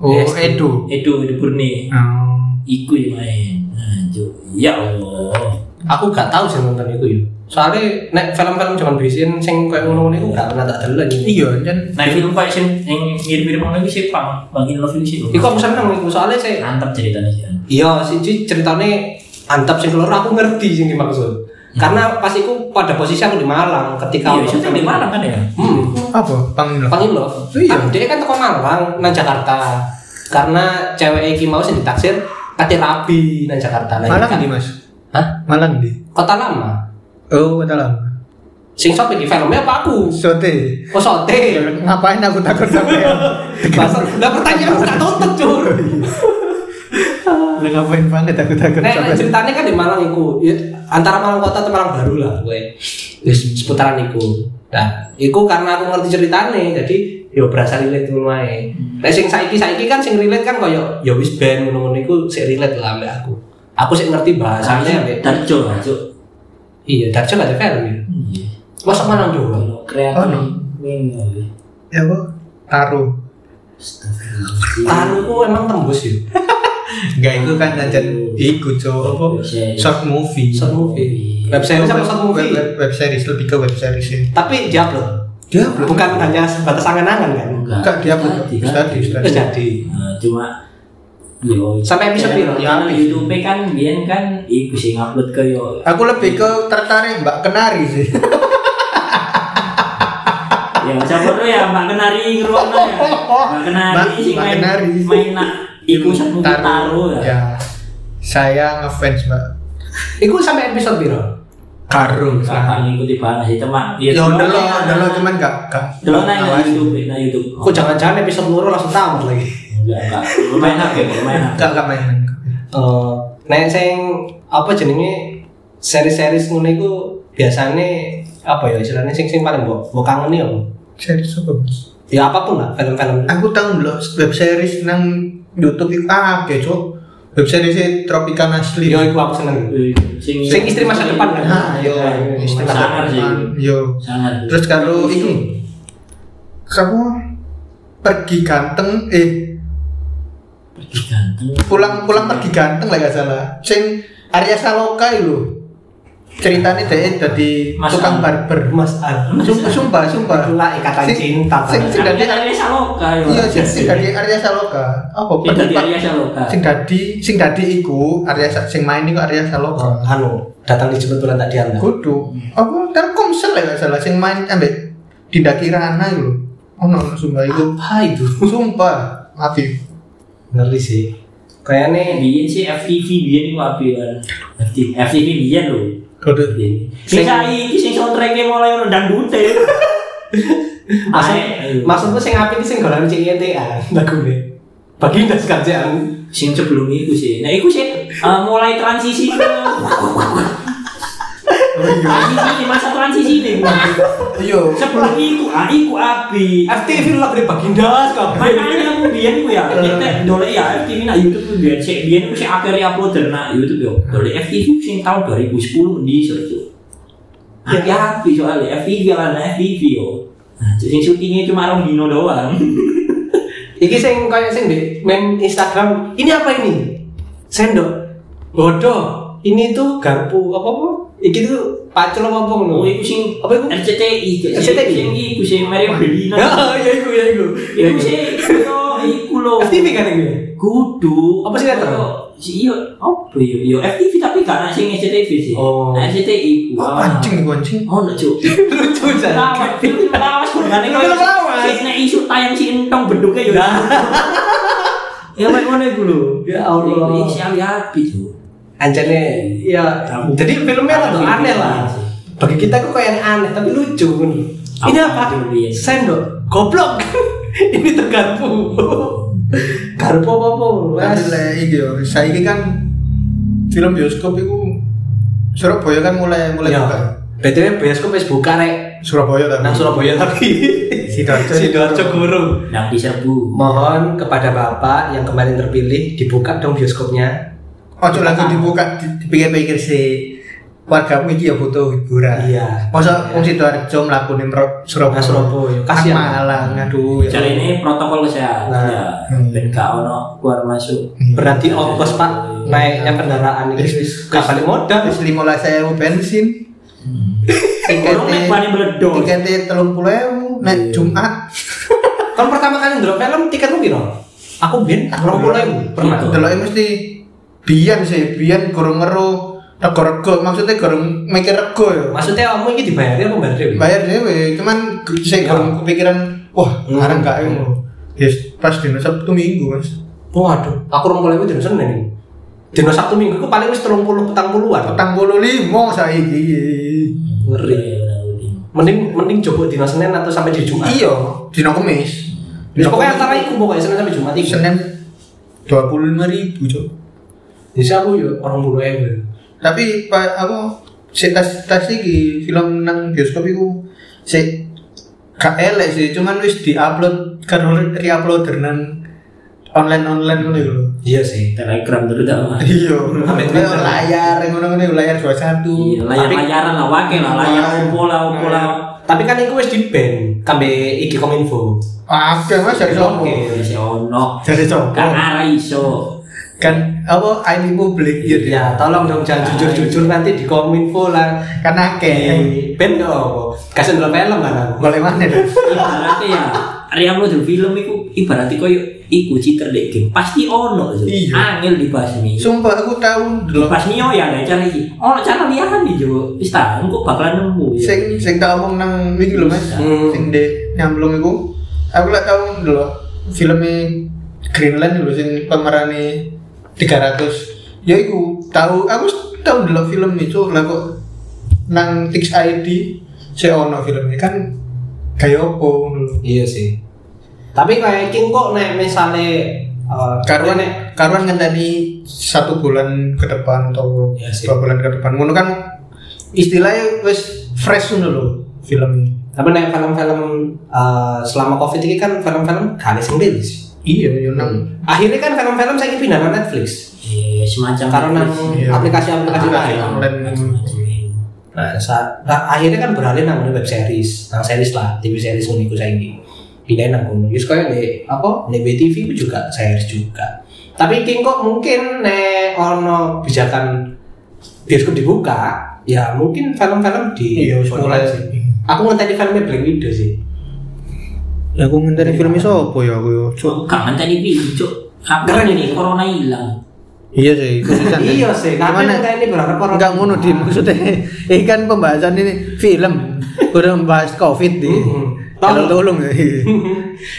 Speaker 3: Oh,
Speaker 2: Esti.
Speaker 3: Edo.
Speaker 2: Edo Edo Purni
Speaker 3: Oh.
Speaker 2: iku yang main Anjuk. ya Allah
Speaker 1: aku gak tahu sih nonton itu yuk soalnya nek film-film zaman bisin sing kayak ngono-ngono itu gak pernah tak delok ya. iki
Speaker 3: Iya, kan.
Speaker 2: nah film kayak sing yang mirip-mirip ngono iki sih pang pangin love iki sih
Speaker 1: iku aku seneng iku soalnya sih
Speaker 2: antep ceritanya sih
Speaker 1: iya sih ceritane antap sing keluar aku ngerti sing dimaksud
Speaker 3: Hmm.
Speaker 1: karena pas iku pada posisi aku di Malang ketika
Speaker 2: iya syuting di mana kan ya
Speaker 1: hmm
Speaker 3: Apa? Pangin love.
Speaker 1: pangin love
Speaker 3: Iya.
Speaker 1: Ah, dia kan toko Malang nang Jakarta karena cewek iki mau sing ditaksir kate rabi nang Jakarta Nah,
Speaker 3: Malang
Speaker 1: ini
Speaker 3: di,
Speaker 1: kan-
Speaker 3: Mas.
Speaker 1: Hah?
Speaker 3: Malang di.
Speaker 1: kota lama
Speaker 3: Oh, kata lama.
Speaker 1: sing sopir di filmnya apa aku
Speaker 3: Sote.
Speaker 1: oh sote
Speaker 3: Ngapain aku takut sampean?
Speaker 1: Pasar, lah pertanyaan gak tonton cur
Speaker 3: Lah ngapain banget aku takut
Speaker 1: Nek nek
Speaker 3: sampean?
Speaker 1: ceritanya kan di Malang iku, ya, antara Malang Kota atau Malang Baru lah gue. Wis seputaran iku. Nah, iku karena aku ngerti ceritane, jadi yo berasa relate ngono ae. Nek sing saiki saiki kan sing relate kan koyo yo wis ben ngono-ngono iku sik relate lah ambek aku. Aku sik ngerti bahasane ambek.
Speaker 2: Darjo Cuk.
Speaker 1: Iya, Darjo gak ada film ya.
Speaker 2: iya
Speaker 1: Masa Malang juga?
Speaker 2: Kalau kreatif
Speaker 3: Oh, no.
Speaker 2: ini
Speaker 3: Ya apa? Taruh.
Speaker 1: Taruh ku emang tembus ya, yo.
Speaker 3: Enggak itu kan aja iku cowok apa? Iya, Short movie.
Speaker 1: Short movie. Web series apa Iya. short
Speaker 3: Web,
Speaker 1: movie?
Speaker 3: web, web series lebih ke web series ya.
Speaker 1: Tapi diupload.
Speaker 3: Dia
Speaker 1: Bukan hanya sebatas angan-angan kan.
Speaker 3: Enggak, dia belum. Tadi, tadi.
Speaker 1: Terus jadi.
Speaker 2: kan gitu. Nah, cuma yo
Speaker 1: Sampai episode piro?
Speaker 2: Ya YouTube kan biyen kan iku sih ngupload ke yo.
Speaker 3: Aku lebih ke tertarik Mbak Kenari sih.
Speaker 2: Ya siapa tuh ya Mbak Kenari ngeruwono ya. Mbak Kenari
Speaker 3: Mbak-
Speaker 2: sih
Speaker 3: Mbak
Speaker 2: main
Speaker 3: Kenari.
Speaker 2: main nak iku satu
Speaker 3: Taruh.
Speaker 2: taruh ya.
Speaker 3: Ya. Saya ngefans Mbak
Speaker 1: Iku sampai episode biru.
Speaker 3: Karung.
Speaker 2: Kakak
Speaker 3: sekarang.
Speaker 2: ngikuti bahas sih cuma
Speaker 3: Ya
Speaker 2: delok
Speaker 3: udah lo,
Speaker 2: aja.
Speaker 3: udah lo cuman gak gak.
Speaker 2: Delok Iya, nang
Speaker 3: ngawain.
Speaker 2: YouTube, nang YouTube.
Speaker 1: Kok jangan-jangan episode loro langsung tamat lagi.
Speaker 2: Enggak, enggak. Lumayan apa ya, lumayan apa.
Speaker 3: Gak gak main.
Speaker 1: Eh, nek sing apa jenenge seri-seri ngono iku biasane apa ya istilahnya sing sing paling mbok mbok kangeni ya.
Speaker 3: Series apa? Mas?
Speaker 1: Ya apapun lah film-film.
Speaker 3: Aku tahu loh web series nang YouTube itu ah kayak cok. Web series e Tropicana Asli.
Speaker 1: Yo iku aku seneng.
Speaker 2: Sing iya.
Speaker 1: Sing istri masa depan kan.
Speaker 3: Nah, yo.
Speaker 1: istri masa
Speaker 2: Sangar sih.
Speaker 3: Yo.
Speaker 2: Sangat.
Speaker 3: Terus kalau itu kamu pergi ganteng eh
Speaker 2: Pergi ganteng.
Speaker 3: pulang pulang pergi ganteng lah gak salah. Sing Arya Saloka itu ceritanya dia jadi
Speaker 2: Mas An.
Speaker 3: tukang barber.
Speaker 1: Mas Al.
Speaker 3: Sumpah sumpah sumpah.
Speaker 1: Itulah ikatan
Speaker 3: Sing-
Speaker 1: cinta
Speaker 3: sing-
Speaker 1: kan.
Speaker 3: sing dadi-
Speaker 2: Arya Saloka. ya.
Speaker 3: Iya, sing sing dadi Arya Saloka. Apa
Speaker 2: Sing dadi
Speaker 3: pendapat-
Speaker 2: Arya Saloka.
Speaker 3: sing dadi sing dadi iku Arya Sa- sing main iku Arya Saloka.
Speaker 1: Anu, datang di kebetulan tak diantar.
Speaker 3: Kudu. Apa Telkomsel ya gak salah sing main ambek Dinda Kirana iku. Ono oh, sumpah iku.
Speaker 1: Apa itu?
Speaker 3: Sumpah mati.
Speaker 1: Ngeri sih. Kayaknya
Speaker 2: Biyen sih FTV biyen iku api kan. FTV FTV biyen lho.
Speaker 3: Kudu.
Speaker 2: Sing saiki sing soundtrack-e mulai ono dangdute.
Speaker 1: Maksud,
Speaker 2: Ae,
Speaker 1: maksudku sing apik iki sing golongan CITA lagune. Baginda sekarang
Speaker 2: sing sebelum itu sih nah itu sih eh, mulai transisi ke
Speaker 1: Oh, iya.
Speaker 2: transisi di masa transisi ini
Speaker 3: Iya.
Speaker 2: sebelum itu ah iku api
Speaker 1: FTV lah dari Baginda sekarang.
Speaker 2: makanya aku biar aku ya kita dole ya FTV nak YouTube tuh biar cek biar aku sih akhirnya upload dan nak YouTube yo dole FTV sing tahun 2010 mending so itu ya api soalnya FTV lah nah FTV yo nah sing syutingnya cuma orang dino doang
Speaker 1: Iki sing kayak sing di main Instagram. Ini apa ini? Sendok. Bodoh. Ini tuh garpu apa apa? Iki tuh pacul apa apa ngono.
Speaker 2: oh itu sing
Speaker 1: Apa itu?
Speaker 2: RCTI kayak sing-
Speaker 1: RCTI?
Speaker 2: sing iku sing Mario Belina
Speaker 1: Ya, ya iku, ya iku. Ya iku.
Speaker 2: Iku sih, yo, Iya, iku lo.
Speaker 1: FTV kan ini.
Speaker 2: Kudu.
Speaker 1: Apa sih, Leter?
Speaker 2: Yo, si- Yo, apa ya? Iya, yo? Yo, FTV tapi gak nasi SCTV sih.
Speaker 1: Oh.
Speaker 2: Nah, SCTV.
Speaker 3: Wah, Pancing pancing.
Speaker 2: Oh, no, Cuk.
Speaker 1: Lucu
Speaker 2: Lawas,
Speaker 1: kan.
Speaker 2: film lawas kok gak
Speaker 1: Film lawas.
Speaker 2: Nek isu tayang si entong benduknya yo. Ya, main ngono iku lho.
Speaker 1: Ya Allah.
Speaker 2: Iku isi ali api, Cuk.
Speaker 1: Anjane ya. Jadi filmnya lah tuh aneh lah. Bagi kita kok kayak yang aneh tapi lucu ngono. Ini apa? Sendok. Goblok. ini tuh garpu. garpu apa apa?
Speaker 3: Kan
Speaker 1: Mas.
Speaker 3: lek iki yo. Saiki kan film bioskop iku Surabaya kan mulai mulai
Speaker 1: Ya.
Speaker 3: buka.
Speaker 1: BTW bioskop wis buka rek.
Speaker 3: Surabaya tapi.
Speaker 1: Nang Surabaya tapi
Speaker 3: Sidoarjo.
Speaker 1: Sidoarjo guru.
Speaker 2: Nang diserbu.
Speaker 1: Mohon kepada Bapak yang kemarin terpilih dibuka dong bioskopnya.
Speaker 3: Ojo langsung
Speaker 1: Ah.
Speaker 3: dibuka di- dipikir-pikir si wargamu iki ya butuh hiburan.
Speaker 1: Iya.
Speaker 3: Masa wong Sidoarjo mlakune Mro- Surabaya.
Speaker 1: Nah, Surabaya. Kasihan. Hmm.
Speaker 3: Kasihan Malang aduh. ya.
Speaker 2: Jadi ini protokol kesehatan
Speaker 1: Nah.
Speaker 2: ya.
Speaker 3: Hmm.
Speaker 2: Ben gak ono keluar masuk.
Speaker 1: Berarti ongkos Pak naiknya kendaraan ini
Speaker 3: Wis-
Speaker 1: gak balik modal.
Speaker 3: Wis 15.000 bensin.
Speaker 1: e-
Speaker 2: Orang nek
Speaker 3: Tiketnya
Speaker 2: paling meledor.
Speaker 3: tiketnya 30.000 nek
Speaker 2: Iya.
Speaker 3: Jumat
Speaker 1: Kan pertama kali ndelok film tiketmu piro? Aku ben 20.000 pernah.
Speaker 2: Betul.
Speaker 3: Deloknya mesti biyen sih, biyen gorong ngero rego-rego, maksudnya gorong mikir rego ya.
Speaker 1: Maksudnya kamu ini dibayarnya apa bayar dhewe?
Speaker 3: Bayar dhewe, cuman g- saya gorong kepikiran, wah,
Speaker 1: Hmm.
Speaker 3: ngarang gak ya. Iya. Yes, pas dino Sabtu Minggu, Mas.
Speaker 1: Waduh, aku 20.000 dino Senin ini. Dino Sabtu Minggu aku paling wis 30 petang puluhan.
Speaker 3: Petang puluh limo saiki.
Speaker 1: Ngeri.
Speaker 2: Iya, benar-benar.
Speaker 1: Mending mending coba dino Senin atau sampai di Jumat.
Speaker 3: Iya, dino Kamis.
Speaker 1: Wis pokoknya antara iku pokoknya Senin sampai Jumat iku.
Speaker 3: Senin 25.000, Cok.
Speaker 1: Jadi aku yo orang bulu ewe.
Speaker 3: Tapi pak aku si tas tas iki film nang bioskop iku si gak elek sih, cuman wis diupload kan reuploader nang online online ngono iku lho.
Speaker 1: Iya sih.
Speaker 2: Telegram terutama.
Speaker 3: Iya,
Speaker 1: Ambil
Speaker 3: Kayak
Speaker 1: Twitter.
Speaker 3: layar ngono-ngono iku, layar 21.
Speaker 2: Iya, layar layaran lah, wakil
Speaker 1: Iya.
Speaker 2: lah, layar
Speaker 3: Nah.
Speaker 2: opo lah, opo lah.
Speaker 1: Tapi kan iku wis di ban kambe iki kominfo.
Speaker 3: Oke, Mas dari sopo?
Speaker 1: Oke.
Speaker 2: Iya, si ono.
Speaker 3: Dari sopo?
Speaker 2: Gak arah iso.
Speaker 3: Kan apa IP publik ya. dia.
Speaker 1: Ya, tolong dong jangan jujur-jujur nanti di kominfo lah.
Speaker 3: Kan akeh.
Speaker 1: Eh, ben yo apa? Kasih ndelok film kan aku.
Speaker 3: Boleh mana dah?
Speaker 2: Ibaratnya ya, Ria lo film iku ibaratnya koyo iku citer dek game. Pasti ono Cuk.
Speaker 3: Iya.
Speaker 2: Angel dibasmi.
Speaker 3: Sumpah aku tahu dulu
Speaker 2: Pas nio ya nek cara iki. Ono cara liaran iki, Cuk. Wis ta, engko bakalan nemu. ya.
Speaker 3: sing sing tak omong nang iki lho Mas.
Speaker 1: Hmm.
Speaker 3: Sing de nyamblung iku. Aku lak tau ndelok filme Greenland lho sing pemerane 300. Ya iku tahu aku s- tahu ndelok film itu lah kok nang Tix ID saya ono filmnya kan kayak apa dulu
Speaker 1: Iya sih. Tapi kayak King kok nek misalnya eh,
Speaker 3: karuan
Speaker 1: nek-
Speaker 3: karuan ngenteni satu bulan ke depan atau
Speaker 1: Iya sih.
Speaker 3: dua bulan ke depan ngono kan istilahnya wes fresh dulu loh filmnya
Speaker 1: Tapi nek film-film eh, selama Covid ini kan film-film kali sendiri sih.
Speaker 3: iya yo nang
Speaker 1: Akhirnya kan film-film saya pindah ke Netflix
Speaker 2: Iya, semacam Iya,
Speaker 1: karena nang
Speaker 3: Iya.
Speaker 1: aplikasi-aplikasi
Speaker 3: Aplikasi
Speaker 1: lain.
Speaker 3: online.
Speaker 1: Nah, sa- nah, akhirnya kan beralih nang web series, nang series lah, TV series ngono iku saiki. Pindahin nang ngono. Yus koyo di apa? Di BTV ku juga series juga. Tapi King kok mungkin nek ono bijakan bioskop dibuka, ya mungkin film-film di
Speaker 3: iya wis mulai
Speaker 1: sih. Aku ngenteni filmnya Black Widow sih. Hmm.
Speaker 3: lah aku ngenteni filmnya sopo ya aku yo
Speaker 2: Kangen tadi pincuk. Aku
Speaker 1: Keren
Speaker 2: ini corona hilang.
Speaker 3: iya sih khususan
Speaker 1: Iya sih, tapi
Speaker 3: Cuman-
Speaker 1: ngenteni berharap orang Hmm.
Speaker 3: Enggak ngono di maksudnya ini kan pembahasan ini film udah membahas covid ya. di
Speaker 1: Mm-mm.
Speaker 3: tolong tolong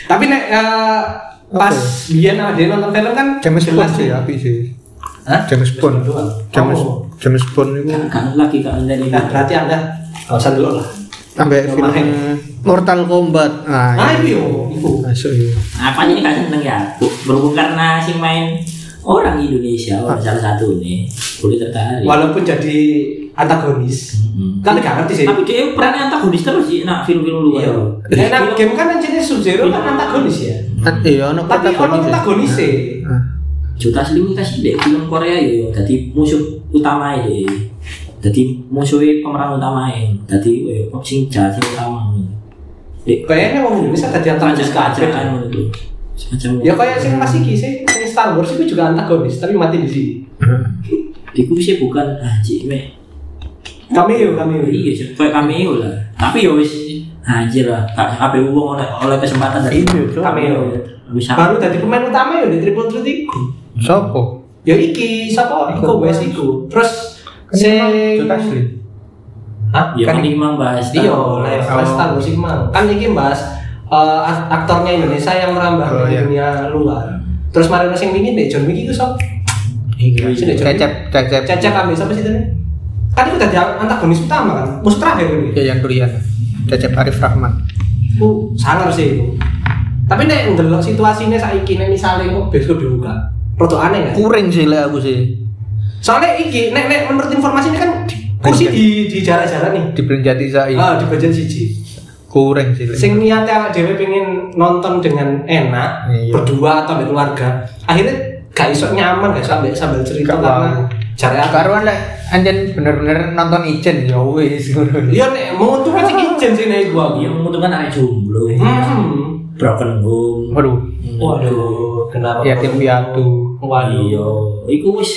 Speaker 1: tapi nek eh, pas
Speaker 3: Apa?
Speaker 1: biyen ada yang nonton film kan
Speaker 3: James Bond
Speaker 1: jelas
Speaker 3: sih
Speaker 1: nih.
Speaker 3: api sih
Speaker 1: Hah?
Speaker 3: James Bond
Speaker 1: doang.
Speaker 3: James
Speaker 1: Oh.
Speaker 3: James Bond itu
Speaker 2: Kangen lagi kangen tadi.
Speaker 1: Nah, berarti Anda nggak usah dulu lah.
Speaker 3: sampai
Speaker 1: Yang
Speaker 3: film
Speaker 1: main.
Speaker 3: Mortal Kombat
Speaker 1: Ah,
Speaker 3: nah
Speaker 1: itu yo, itu.
Speaker 3: masuk ya
Speaker 2: Apa aja nih kangen seneng ya? Berhubung karena si main orang Indonesia orang salah satu nih boleh tertarik.
Speaker 1: Walaupun jadi antagonis,
Speaker 2: Mm-mm.
Speaker 1: kan nggak ngerti sih.
Speaker 2: Tapi dia perannya antagonis terus sih, nak film-film luar.
Speaker 1: Iya. Nek nang game kan anjirnya sub zero kan antagonis ya.
Speaker 2: Hmm.
Speaker 3: Ah, iya ono
Speaker 1: Tapi ono
Speaker 3: protagonis ya.
Speaker 1: antagonis sih.
Speaker 3: Ah.
Speaker 2: Juta Slim kita sih deh, film Korea yo, jadi musuh utama ya. Jadi musuhnya pemeran utama ya. Jadi yo, sing jahat sing utama. Dek,
Speaker 1: Kayaknya orang Indonesia tadi antagonis kabeh.
Speaker 2: kerajaan itu. Semacam.
Speaker 1: Ya kayak sing pas iki sih, sing Star Wars itu juga antagonis, tapi mati di sini.
Speaker 2: Iku sih bukan haji meh.
Speaker 1: Cameo, cameo.
Speaker 2: Iya, sih, kayak cameo lah. Tapi yo wis anjir lah. Kak kabeh wong oleh oleh kesempatan
Speaker 1: Nah,
Speaker 2: dari
Speaker 3: Iya, Cok.
Speaker 2: cameo. Wis
Speaker 1: Baru jadi pemain utama ya di Triple Threat iku.
Speaker 3: Sopo?
Speaker 1: Ya iki, sapa iku wes Kan iku. Terus sing Hah?
Speaker 2: Ya
Speaker 1: Kan
Speaker 2: kan ini mang bahas.
Speaker 1: Iya, lah yang bahas
Speaker 3: Oh.
Speaker 1: Star Wars iki mang. Kan iki bahas eh, ak- aktornya Indonesia yang merambah
Speaker 3: Oh,
Speaker 1: ke
Speaker 3: iya.
Speaker 1: dunia luar. Terus mari sing wingi deh John Wick itu sop.
Speaker 2: Iya.
Speaker 1: Sini, John Wick.
Speaker 3: Cecep, cecep.
Speaker 1: Cecep ambil sapa sih tadi? Kan itu tadi antagonis utama kan. Musuh terakhir ini.
Speaker 3: Ya yang durian. Cecep Arif Rahman.
Speaker 1: Ku sangar sih itu. Tapi nek ndelok situasinya saiki nek misale kok bioskop dibuka. Rodok aneh kan?
Speaker 3: Kuring sih lah aku sih.
Speaker 1: Soalnya iki nek nek menurut informasi ini kan di- kursi di di jarak-jarak nih.
Speaker 3: Di Belenjati Zai.
Speaker 1: Ah, di bagian siji.
Speaker 3: Kuring sih. Le.
Speaker 1: sing niatnya awak dhewe pengen nonton dengan enak
Speaker 3: Iya.
Speaker 1: berdua atau ambil keluarga akhirnya gak iso nyaman gak iso ambil sambil cerita
Speaker 3: Gak
Speaker 1: karena
Speaker 3: mau.
Speaker 1: jarak aku
Speaker 3: Karuan lah anjen bener-bener nonton ijen ya wis ngono.
Speaker 1: iya nek menguntungkan sih ijen sih nek gua
Speaker 2: Iya, menguntungkan arek jomblo.
Speaker 1: hmm
Speaker 2: Broken home.
Speaker 3: Waduh,
Speaker 2: Iya.
Speaker 1: waduh kenapa
Speaker 3: yatim piatu.
Speaker 1: waduh
Speaker 2: Iya, iku wis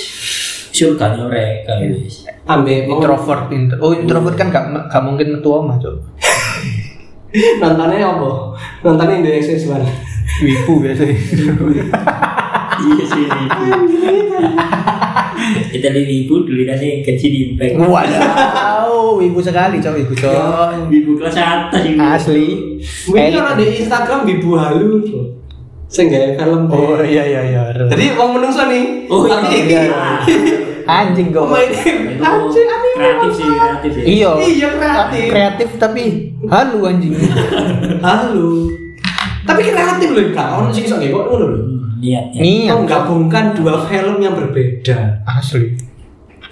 Speaker 2: surgane mereka
Speaker 3: Iya.
Speaker 2: wis.
Speaker 1: ambil
Speaker 3: Introvert, intro. oh introvert kan gak, gak mungkin metu omah, Cok.
Speaker 1: nontonnya apa nontonnya Indonesia sih
Speaker 3: Wibu biasanya.
Speaker 2: Iya sih. Kita lihat ibu dulu nanti kecil di bank.
Speaker 3: Wow, wibu sekali, Cok, wibu,
Speaker 1: Ya.
Speaker 3: Cok.
Speaker 2: Ibu kelas atas ibu.
Speaker 3: Asli. gitu.
Speaker 1: mungkin
Speaker 3: iya.
Speaker 1: orang iya, di Instagram bibu halu tuh sing gawe film
Speaker 3: Oh iya iya iya.
Speaker 1: jadi orang menungso nih
Speaker 2: Oh iya,
Speaker 1: Tapi
Speaker 2: iya.
Speaker 3: Anjing kok.
Speaker 1: pemain
Speaker 2: Itu
Speaker 1: anjing anjing
Speaker 2: kreatif sih, kreatif sih.
Speaker 3: Iya.
Speaker 1: Iya, kreatif.
Speaker 3: Kreatif tapi halu anjing.
Speaker 1: Halo. Tapi kreatif loh, Kak. Ono sing iso ngekok ngono lho.
Speaker 2: Niat. ya.
Speaker 1: Iya.
Speaker 3: Nih
Speaker 1: Menggabungkan dua film yang berbeda.
Speaker 3: asli.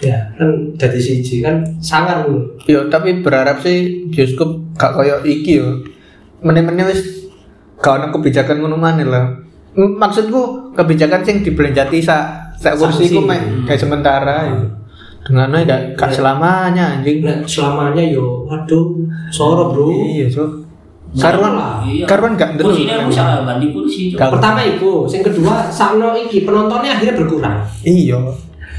Speaker 1: Ya, kan dari siji kan sangar lho.
Speaker 3: Yo Iya, tapi berharap sih bioskop gak koyo iki yo. Meneh-meneh wis gak ono kebijakan ngono maneh lah. M- Maksudku kebijakan sing dibelenjati sak sak kursi
Speaker 1: Sanksi.
Speaker 3: ku mek kayak sementara yo. Dengan gak gak selamanya anjing.
Speaker 1: Nah, selamanya yo waduh, soro, Bro.
Speaker 3: Iya, Cuk. Karuan
Speaker 2: Iya.
Speaker 3: karuan gak ndelok.
Speaker 2: Kursinya aku salah bandi kursi. Cok.
Speaker 3: Gak-
Speaker 1: Pertama itu, yang kedua sakno iki penontonnya akhirnya berkurang.
Speaker 3: Iya.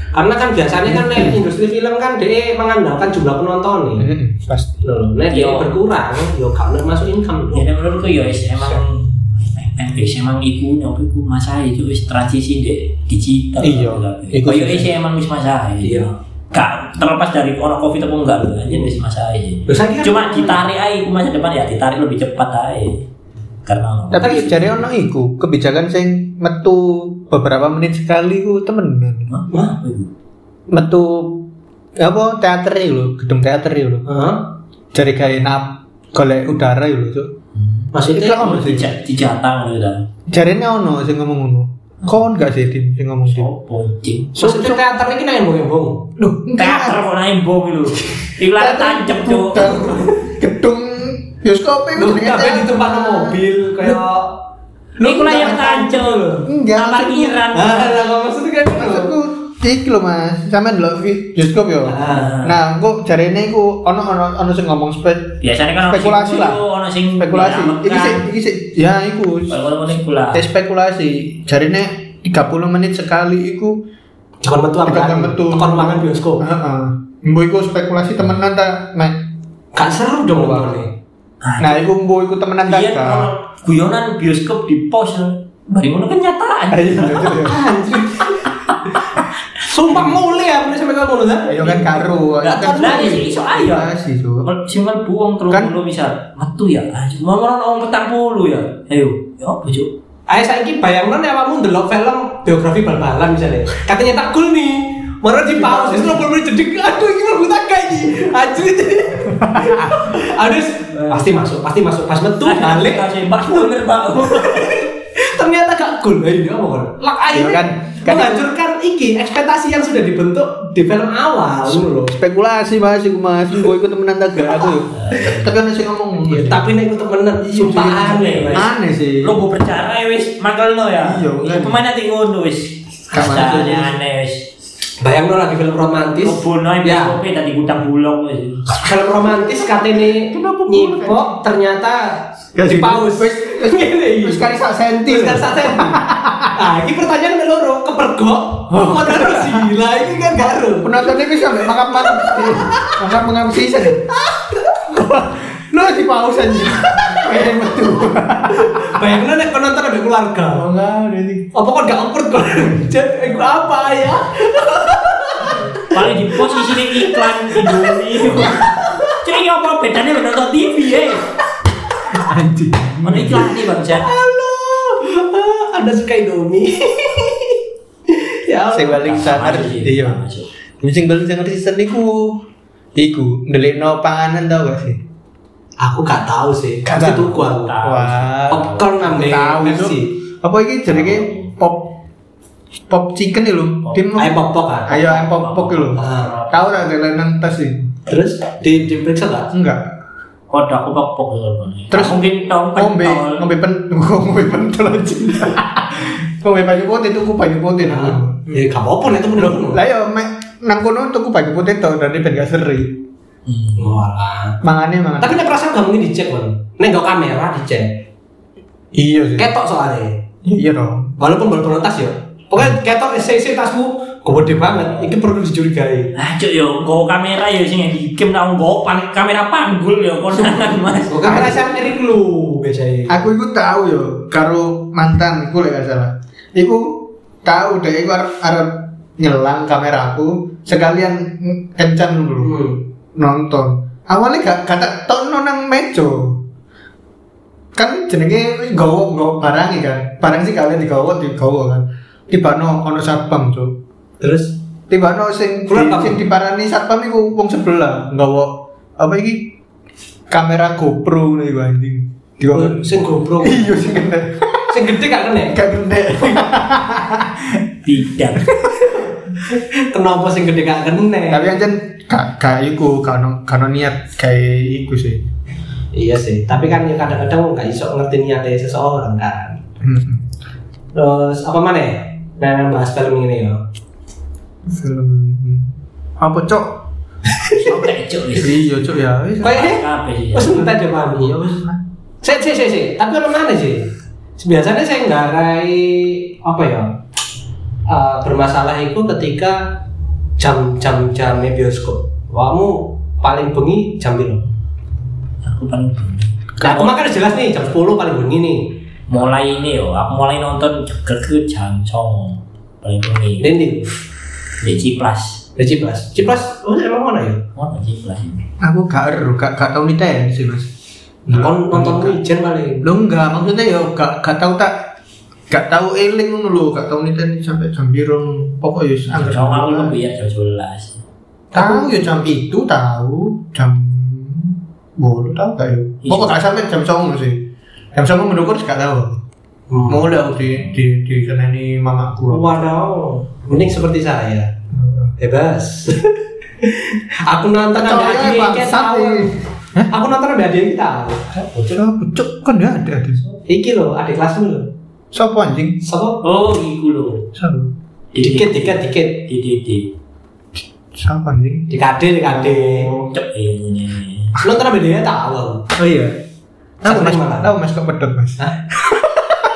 Speaker 1: Karena kan biasanya kan nek industri film kan DE mengandalkan jumlah penonton nih.
Speaker 3: Mm-mm, Pasti.
Speaker 1: Loh, nek DE
Speaker 2: Iya.
Speaker 1: berkurang, yo gak ono masuk income.
Speaker 2: Ya dan menurutku ya wis emang em- wis emang iku nyoba iku masa itu wis transisi di digital.
Speaker 3: Iya.
Speaker 2: Iku
Speaker 3: Iku
Speaker 2: ya
Speaker 3: sih.
Speaker 2: wis emang wis masa.
Speaker 1: Iya.
Speaker 2: Gak terlepas dari orang covid apa enggak lho, anjir wis masa aja.
Speaker 1: Loh, saiki kan-
Speaker 2: cuma ditarik aja ke masa depan ya ditarik lebih cepat aja karena
Speaker 3: Tapi jare ono iku kebijakan sing metu beberapa menit sekali ku temen
Speaker 2: Hah?
Speaker 3: metu apa teater itu lho, gedung teater itu lho.
Speaker 1: Heeh.
Speaker 3: Jadi kayak nap golek udara itu lho, Cuk.
Speaker 1: Maksudnya
Speaker 3: Iklan ono sih.
Speaker 2: Hmm. Dijat- dijatah gitu kan.
Speaker 3: Jarene ono sing ngomong ngono. Kon gak sih Dim, sing ngomong Dim?
Speaker 2: Sopo cing.
Speaker 1: maksudnya teater ini kan nang embung-embung.
Speaker 3: Lho,
Speaker 2: Teater kok naik bom itu. Iklan tancep cuk.
Speaker 3: Gedung- Gedung bioskop itu
Speaker 1: Lu
Speaker 3: jenenge
Speaker 1: kabeh di
Speaker 3: teater.
Speaker 1: tempat mobil kayak
Speaker 2: Iku lah yang tancep lho.
Speaker 3: Enggak,
Speaker 2: Nang parkiran.
Speaker 1: Ah, lah maksudnya kan
Speaker 3: Maksudku iki lho Mas, sampe ndelok vi- bioskop yo.
Speaker 1: Ah.
Speaker 3: Nah, engko jarene iku ono ono ono sing ngomong spek
Speaker 2: Biasanya kan orang
Speaker 3: Spekulasi
Speaker 2: sing
Speaker 3: lah.
Speaker 2: kuyu, orang sing
Speaker 3: spekulasi. Iki sih iki sih ya iku.
Speaker 2: Kalau mending pula.
Speaker 3: Tes spekulasi. Jarene 30 menit sekali iku
Speaker 1: Jangan metu apa?
Speaker 3: Tekan metu.
Speaker 1: Tekan mangan bioskop.
Speaker 3: Heeh. Mbok iku spekulasi temenan ta? Nek.
Speaker 1: Gak seru dong nontonnya.
Speaker 3: Nah, iku mbok iku temenan ta?
Speaker 2: Biar Iya, kalau guyonan bioskop di pos Bari ngono kan kenyataan.
Speaker 3: Ayo ayo.
Speaker 1: Sumpah mulai ya, mulai sampai kamu nonton.
Speaker 3: Ayo kan karo.
Speaker 2: Lah, lah, iya, iso ayo.
Speaker 3: Spekulasi, Cuk.
Speaker 2: Single buang terus
Speaker 3: Kan-
Speaker 2: dulu misal metu ya. Anjir, mau orang orang petang puluh ya. Ayo, ya apa cuk?
Speaker 1: Ayo saiki bayangno nek awakmu ndelok film biografi bal-balan misalnya. Katanya tak cool nih. Moro di pause, itu lo bener jedek. Aduh, ini mau tak gaji. Anjir. Aduh, pasti masuk, pasti masuk. Pas metu balik,
Speaker 2: kasih mbak bener mbak.
Speaker 1: ternyata gak cool. Ayo dia mau. Lak akhirnya
Speaker 3: kan, kan-
Speaker 1: menghancurkan iki ekspektasi yang sudah dibentuk di film awal ngono lho.
Speaker 3: Spekulasi Mas iku Mas. Mbok iku temenan ta gak aku yo. Tapi ono sing ngomong ngono.
Speaker 1: Ya,
Speaker 2: Iya,
Speaker 1: tapi nek iku temenan sumpah aneh. Mas.
Speaker 3: Aneh sih.
Speaker 2: Lo gue percaya ya, wis mangkel lo ya.
Speaker 3: Iya, kan.
Speaker 2: Pemainnya tinggal ngono wis.
Speaker 3: Gak masuk,
Speaker 2: Rasanya
Speaker 3: wis.
Speaker 2: aneh wis.
Speaker 1: Bayangno lagi film romantis.
Speaker 2: Lo bunuh
Speaker 1: Ya,
Speaker 2: ya. tadi gudang bulog wis.
Speaker 1: film romantis katene
Speaker 3: Kenapa gua
Speaker 1: nyipok ternyata Iya,
Speaker 3: Gak
Speaker 1: di
Speaker 3: sih.
Speaker 1: paus
Speaker 3: Wis wis-
Speaker 1: Ngene
Speaker 3: wis
Speaker 1: iki.
Speaker 3: kali sak senti.
Speaker 1: Terus kan sate ah ini pertanyaan meloro kepergok
Speaker 3: Oh.
Speaker 1: mau terus gila ini kan garu
Speaker 3: Penontonnya bisa sampai mangap-mangap. Mangap-mangap season. Lo di paus aja. Kayak metu.
Speaker 1: bayangin nek penonton ada keluarga
Speaker 3: Oh enggak, udah di-
Speaker 1: apa kok gak oper kok jadi iku apa ya
Speaker 2: Paling di pos isinya iklan Indomie. Cek ini apa bedanya lo nonton TV ya?
Speaker 3: anjing.
Speaker 2: Mana iklan nih bang Jan?
Speaker 1: halo Ah, ada suka indomie ya
Speaker 3: Sing
Speaker 1: Allah.
Speaker 3: paling sangar iya. Sing paling sangar season iku iku ndelikno panganan tau gak sih?
Speaker 1: aku gak tahu sih
Speaker 3: Gak
Speaker 1: Mesti
Speaker 3: tahu.
Speaker 1: tuku aku
Speaker 2: Tahu.
Speaker 3: Wah.
Speaker 1: popcorn nambe
Speaker 3: Tahu itu.
Speaker 1: Pepsi
Speaker 3: Apa iki jenenge pop pop chicken ya lo?
Speaker 2: Pop.
Speaker 3: Dia mau-
Speaker 1: ayo popok kan
Speaker 3: Ayo ayam pop pop ya lo.
Speaker 1: Ah.
Speaker 3: Tahu gak ndelekno tes sih?
Speaker 1: terus di diperiksa gak
Speaker 3: Enggak.
Speaker 2: Kode aku pok-pok gitu.
Speaker 3: Terus
Speaker 2: mungkin tong
Speaker 3: ngombe ngombe pen ngombe pentol aja. ngombe baju putih tuku baju putih nang kono.
Speaker 1: Ah, ya gak apa-apa nek temen temen
Speaker 3: Lah yo mek nang kono tuku baju putih to dan ben gak seri.
Speaker 2: Hmm.
Speaker 1: Walah.
Speaker 3: Mangane mangan.
Speaker 1: Tapi nek perasaan gak mungkin dicek kan. Nek gak kamera dicek.
Speaker 3: Iya sih.
Speaker 1: Ketok soalnya.
Speaker 3: Iya dong.
Speaker 1: Walaupun bol-bolan tas ya. Pokoknya ketok isi-isi tasmu gede banget. Ini perlu dicurigai.
Speaker 2: Ah, cuk yo, nggo kamera yo sing dikem tau nggo pan kamera panggul yo konangan Mas.
Speaker 1: Kok kamera saya miring lu biasanya.
Speaker 3: Aku iku tahu yo karo mantan iku lek gak salah. Iku tahu deh iku arep arep nyelang kamera aku sekalian ng- kencan dulu
Speaker 1: Hmm.
Speaker 3: nonton. Awalnya gak kata tono nang mejo. kan jenenge gowo gowo barang iki kan barang sih kalian digowo digowo kan tiba no ono satpam cuk
Speaker 1: Terus
Speaker 3: tiba no sing
Speaker 1: Bulan apa?
Speaker 3: sing diparani satpam iku wong sebelah gowo apa iki kamera GoPro nih gua anjing digowo
Speaker 1: Oh, sing GoPro.
Speaker 3: iya sing kena
Speaker 1: Sing gede gak kena.
Speaker 3: gak gede
Speaker 2: Tidak.
Speaker 1: Kenapa sing gede gak kena?
Speaker 3: tapi anjen gak gak iku gak ono gak ono niat kayak iku sih
Speaker 1: Iya sih. Tapi kan ya kadang-kadang gak iso ngerti niatnya seseorang kan.
Speaker 3: Hmm.
Speaker 1: Terus apa mana? ya? Nah, bahas film ini ya.
Speaker 3: film apa cok
Speaker 2: Sampai cuk wis.
Speaker 3: iya cok ya wis
Speaker 1: Kayaknya
Speaker 2: Kabeh sih. ya.
Speaker 1: Wes minta aja pahami.
Speaker 3: iya wis lah.
Speaker 1: Sik, sik, sik, sik. Tapi orang mana sih? Biasanya saya nggarai apa ya? eh, bermasalah itu ketika jam-jam jamnya bioskop. Kamu paling bengi jam piro?
Speaker 2: Aku paling
Speaker 1: Nah, aku makan jelas nih jam 10 paling bengi nih.
Speaker 2: mulai ini yo, aku mulai nonton jeger ke jam 09.00. Paling bengi.
Speaker 1: Dendi,
Speaker 2: Di Ciplas.
Speaker 1: udah ciplas. Ciplas, oh emang mana ya?
Speaker 2: Ngono Ciplas.
Speaker 3: aku gak eru gak gak tau niten sih mas Nah,
Speaker 1: Kon nonton
Speaker 3: kan.
Speaker 1: wijen paling.
Speaker 3: lo enggak maksudnya ya gak gak tau tak gak tau eling ngono lho gak tau niten sampai jam biru pokoknya ya
Speaker 2: Jam 09.00
Speaker 3: anggar
Speaker 2: aku lebih ya jam 11.
Speaker 3: Tahu ya jam itu tahu jam bolu tahu gak ya?
Speaker 2: Iya.
Speaker 3: Pokok gak sampai jam songo sih. Jam songo mendukur gak tahu.
Speaker 1: Hmm.
Speaker 3: Mau udah di di di seneni mamaku.
Speaker 1: Waduh, mending seperti saya.
Speaker 3: Hmm.
Speaker 1: Bebas. aku nonton ada
Speaker 3: Kecuali
Speaker 1: hadiah yang kita
Speaker 3: bangsat
Speaker 1: tahu.
Speaker 3: ini.
Speaker 1: Aku nonton ada hadiah yang kita tahu.
Speaker 3: Cok, cok kan ya ada ada.
Speaker 1: Iki loh, adik kelas dulu.
Speaker 3: Sopo anjing?
Speaker 1: Sopo?
Speaker 2: Oh, iku lho.
Speaker 3: Sopo?
Speaker 1: Dikit, dikit, dikit.
Speaker 2: Dikit, dikit.
Speaker 3: Sopo anjing?
Speaker 1: Dikade, dikade.
Speaker 2: Cep, ini.
Speaker 3: Hmm.
Speaker 1: Nonton ada hadiahnya tahu.
Speaker 3: Oh iya. Aku mas,
Speaker 1: Sama.
Speaker 3: aku mas kepedot mas.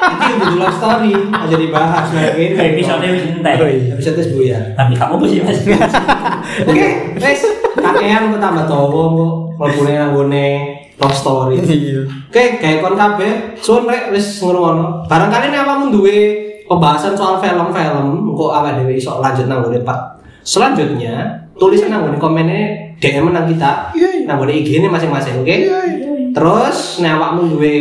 Speaker 1: Iki udah love story, aja dibahas nah ini.
Speaker 2: Kayak misalnya wis entek.
Speaker 1: Oh iya, bisa tes buya.
Speaker 2: Tapi kamu apa sih, Mas?
Speaker 1: Oke, wes. Kakean kok tambah tawa kok. Mlebune nanggone love story.
Speaker 3: Iya.
Speaker 1: Oke, kayak kon kabeh, suwun rek wis ngrungokno. Barangkali nek awakmu duwe pembahasan soal film-film, engko awak dhewe iso lanjut nang ngone part. Selanjutnya, tulis nang ngone komennya DM nang kita.
Speaker 3: Iya, iya.
Speaker 1: Nang ngone IG-ne masing-masing, oke?
Speaker 3: Iya, iya.
Speaker 1: Terus nek awakmu duwe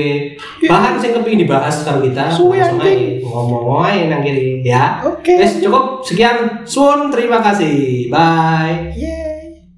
Speaker 1: bahan sing kepengin dibahas karo kita,
Speaker 3: Suwe,
Speaker 1: langsung
Speaker 3: anjing. Iya.
Speaker 1: ae ngomong ae nang kiri ya.
Speaker 3: Oke.
Speaker 1: Wis cukup sekian. Suwun, terima kasih. Bye.
Speaker 3: Yeay.